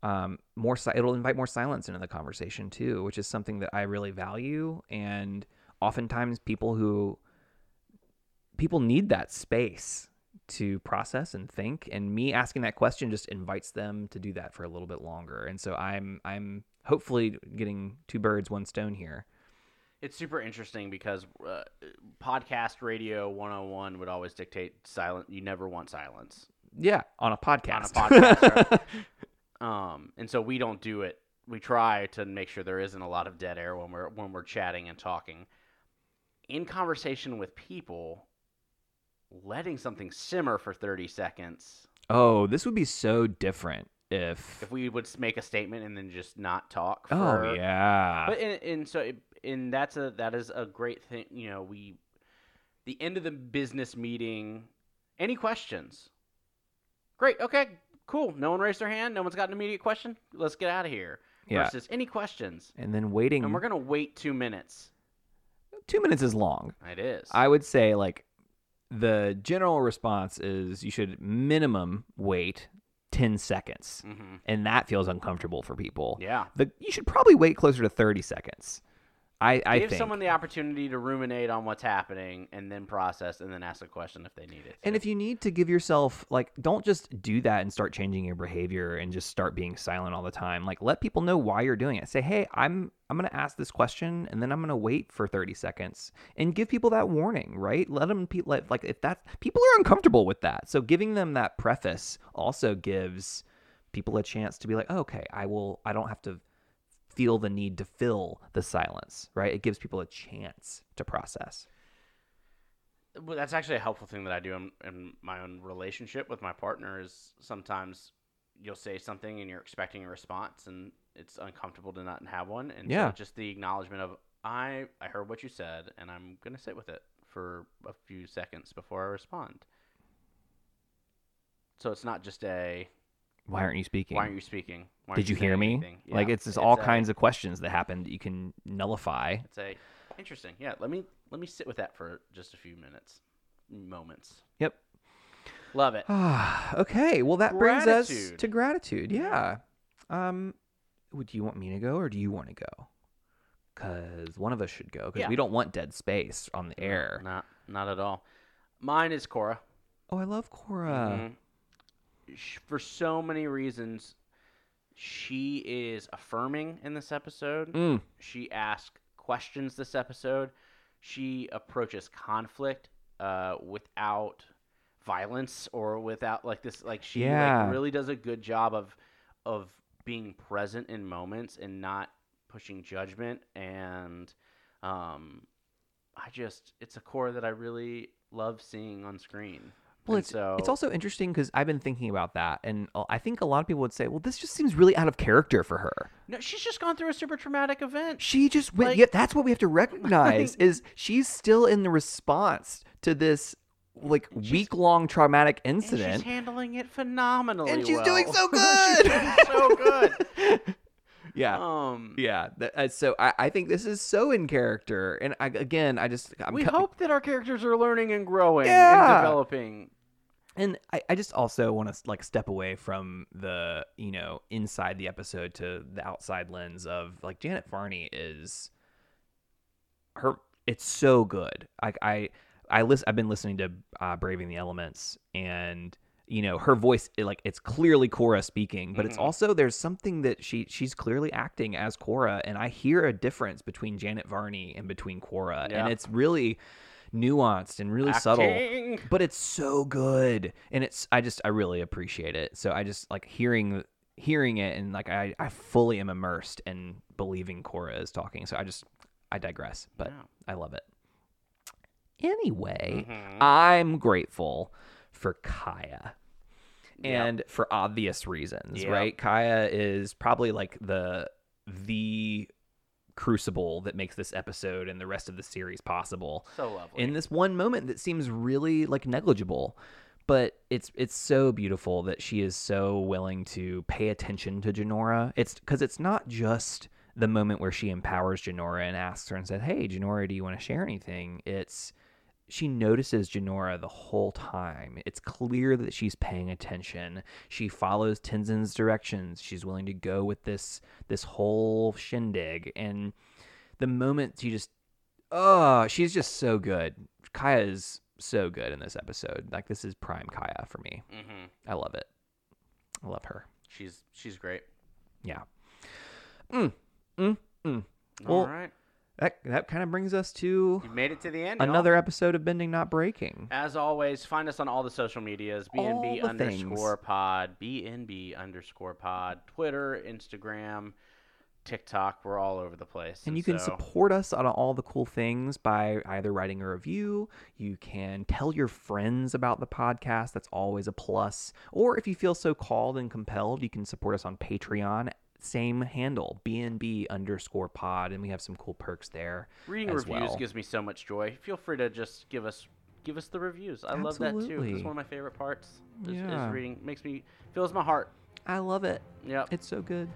Speaker 1: um, more. Si- it'll invite more silence into the conversation too, which is something that I really value. And oftentimes, people who people need that space to process and think and me asking that question just invites them to do that for a little bit longer and so i'm i'm hopefully getting two birds one stone here
Speaker 2: it's super interesting because uh, podcast radio 101 would always dictate silent. You never want silence.
Speaker 1: yeah on a podcast
Speaker 2: podcast,
Speaker 1: (laughs)
Speaker 2: Um, and so we don't do it. We try to make sure there isn't a lot of dead air when we're when we're chatting and talking. In conversation with people, letting something simmer for 30 seconds.
Speaker 1: Oh, this would be so different if.
Speaker 2: If we would s- make a statement and then just not talk
Speaker 1: oh
Speaker 2: for
Speaker 1: yeah.
Speaker 2: But and, and so it, and that's a that is a great thing, you know, we the end of the business meeting, any questions? Great. Okay. Cool. No one raised their hand. No one's got an immediate question. Let's get out of here.
Speaker 1: yeah.
Speaker 2: versus any questions.
Speaker 1: And then waiting.
Speaker 2: And we're gonna wait two minutes.
Speaker 1: two minutes is long.
Speaker 2: It is.
Speaker 1: I would say like the general response is you should minimum wait 10 seconds.
Speaker 2: Mhm.
Speaker 1: And that feels uncomfortable for people.
Speaker 2: Yeah.
Speaker 1: The, you should probably wait closer to 30 seconds. I, I
Speaker 2: Give
Speaker 1: think.
Speaker 2: someone the opportunity to ruminate on what's happening and then process and then ask a question if they need it.
Speaker 1: And if you need to give yourself like don't just do that and start changing your behavior and just start being silent all the time. Like let people know why you're doing it. Say, "Hey, I'm I'm going to ask this question and then I'm going to wait for 30 seconds." And give people that warning, right? Let them pe- let, like if that people are uncomfortable with that. So giving them that preface also gives people a chance to be like, oh, "Okay, I will I don't have to feel the need to fill the silence," right? It gives people a chance to process.
Speaker 2: well, that's actually a helpful thing that I do in, in my own relationship with my partner is sometimes you'll say something and you're expecting a response and it's uncomfortable to not have one. And so
Speaker 1: Yeah.
Speaker 2: just the acknowledgement of I I heard what you said and I'm gonna sit with it for a few seconds before I respond. So it's not just a
Speaker 1: Why aren't you speaking?
Speaker 2: why aren't you speaking? Why aren't
Speaker 1: did you
Speaker 2: saying
Speaker 1: hear me?
Speaker 2: anything?"
Speaker 1: Like
Speaker 2: Yeah. uh,
Speaker 1: it's just all
Speaker 2: a-
Speaker 1: kinds of questions that happen that you can nullify.
Speaker 2: It's a interesting. Yeah, let me let me sit with that for just a few minutes, moments.
Speaker 1: Yep.
Speaker 2: Love it.
Speaker 1: (sighs) okay, well that brings us
Speaker 2: Gratitude.
Speaker 3: to
Speaker 1: to
Speaker 3: gratitude.
Speaker 1: gratitude.
Speaker 3: Yeah.
Speaker 1: Yeah. Um, would you want me to go or do you want to go? Because one of us should go because
Speaker 2: Yeah.
Speaker 1: we don't want dead space on the air.
Speaker 2: Not not at all. Mine is Cora.
Speaker 1: Oh, I love Cora.
Speaker 2: Mhm. Sh- For so many reasons, she is affirming in this episode.
Speaker 1: Mm.
Speaker 2: She asks questions this episode. She approaches conflict uh, without violence or without like this. Like she
Speaker 1: Yeah.
Speaker 2: like, really does a good job of of being present in moments and not pushing judgment. And um, I just it's a core that I really love seeing on screen.
Speaker 1: Well,
Speaker 2: And
Speaker 1: it's
Speaker 2: so,
Speaker 1: it's also interesting because I've been thinking about that, and uh, I think a lot of people would say, "Well, this just seems really out of character for her."
Speaker 2: no. She's just gone through a super traumatic event.
Speaker 1: She just went.
Speaker 2: Like-
Speaker 1: yeah, that's what we
Speaker 2: (laughs)
Speaker 1: have to recognize is she's still in the response to this like week long traumatic
Speaker 2: And
Speaker 1: incident.
Speaker 2: she's handling it phenomenally,
Speaker 1: And she's doing
Speaker 2: well.
Speaker 1: so
Speaker 2: (laughs) She's doing so good.
Speaker 1: (laughs) yeah.
Speaker 2: Um,
Speaker 1: yeah. Th- uh, so I, I think this is so in character, and I, again, I just I'm
Speaker 2: we
Speaker 1: co-
Speaker 2: hope that our characters are learning and growing
Speaker 1: Yeah.
Speaker 2: and developing.
Speaker 1: and I, I just also want to like step away from the you know inside the episode to the outside lens of like Janet Varney is her it's so good I I I listen I've been listening to uh, Braving the Elements and you know her voice it, like it's clearly Cora speaking but it's
Speaker 2: Mhm.
Speaker 1: also there's something that she she's clearly acting as Cora and I hear a difference between Janet Varney and between Cora
Speaker 2: Yeah.
Speaker 1: and it's really nuanced and really subtle
Speaker 2: Acting.
Speaker 1: but it's so good and it's i just i really appreciate it so i just like hearing hearing it and like i i fully am immersed in believing cora is talking so i just i digress but
Speaker 2: Yeah.
Speaker 1: i love it anyway
Speaker 2: Mhm.
Speaker 1: i'm grateful for kaya
Speaker 2: Yeah.
Speaker 1: and for obvious reasons,
Speaker 2: Yeah.
Speaker 1: right? Kaya is probably like the the crucible that makes this episode and the rest of the series possible
Speaker 2: so lovely.
Speaker 1: in this one moment that seems really like negligible but it's it's so beautiful that she is so willing to pay attention to Janora it's cuz it's not just the moment where she empowers Janora and asks her and says hey Janora do you want to share anything it's she notices Janora the whole time. It's clear that she's paying attention. She follows Tenzin's directions. She's willing to go with this this whole shindig. And the moment she just oh, she's just so good. Kaya is so good in this episode. Like this is prime Kaya for me.
Speaker 2: Mhm.
Speaker 1: I love it. I love her.
Speaker 2: She's she's great.
Speaker 1: Yeah. Mm, mm, mm.
Speaker 2: All
Speaker 1: Well-
Speaker 2: right,
Speaker 1: That that kind of brings us to
Speaker 2: you made it to the end. y'all.
Speaker 1: another episode of Bending Not Breaking.
Speaker 2: As always, find us on all the social medias:
Speaker 1: All
Speaker 2: bnb
Speaker 1: the
Speaker 2: underscore pod, bnb underscore pod, Twitter, Instagram, TikTok. We're all over the place.
Speaker 1: And you can
Speaker 2: so-
Speaker 1: support us on all the cool things by either writing a review, you can tell your friends about the podcast, that's always a plus. Or if you feel so called and compelled, you can support us on Patreon, same handle, BNB underscore pod, and we have some cool perks there.
Speaker 2: Reading
Speaker 1: as
Speaker 2: reviews
Speaker 1: well.
Speaker 2: gives me so much joy. Feel free to just give us give us the reviews. I love that too.
Speaker 1: Absolutely.
Speaker 2: It's one of my favorite parts. Is,
Speaker 1: Yeah.
Speaker 2: is reading makes me fills my heart.
Speaker 1: I love it.
Speaker 2: Yep.
Speaker 1: It's so good.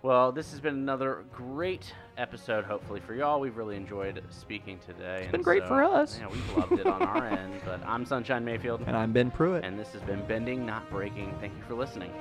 Speaker 2: Well, this has been another great episode, hopefully, for y'all. We've really enjoyed speaking today. It's
Speaker 4: been great for us.
Speaker 2: Yeah, we've loved it on our end. But I'm Sunshine Mayfield,
Speaker 4: And I'm Ben Pruitt.
Speaker 2: and this has been Bending, Not Breaking. Thank you for listening.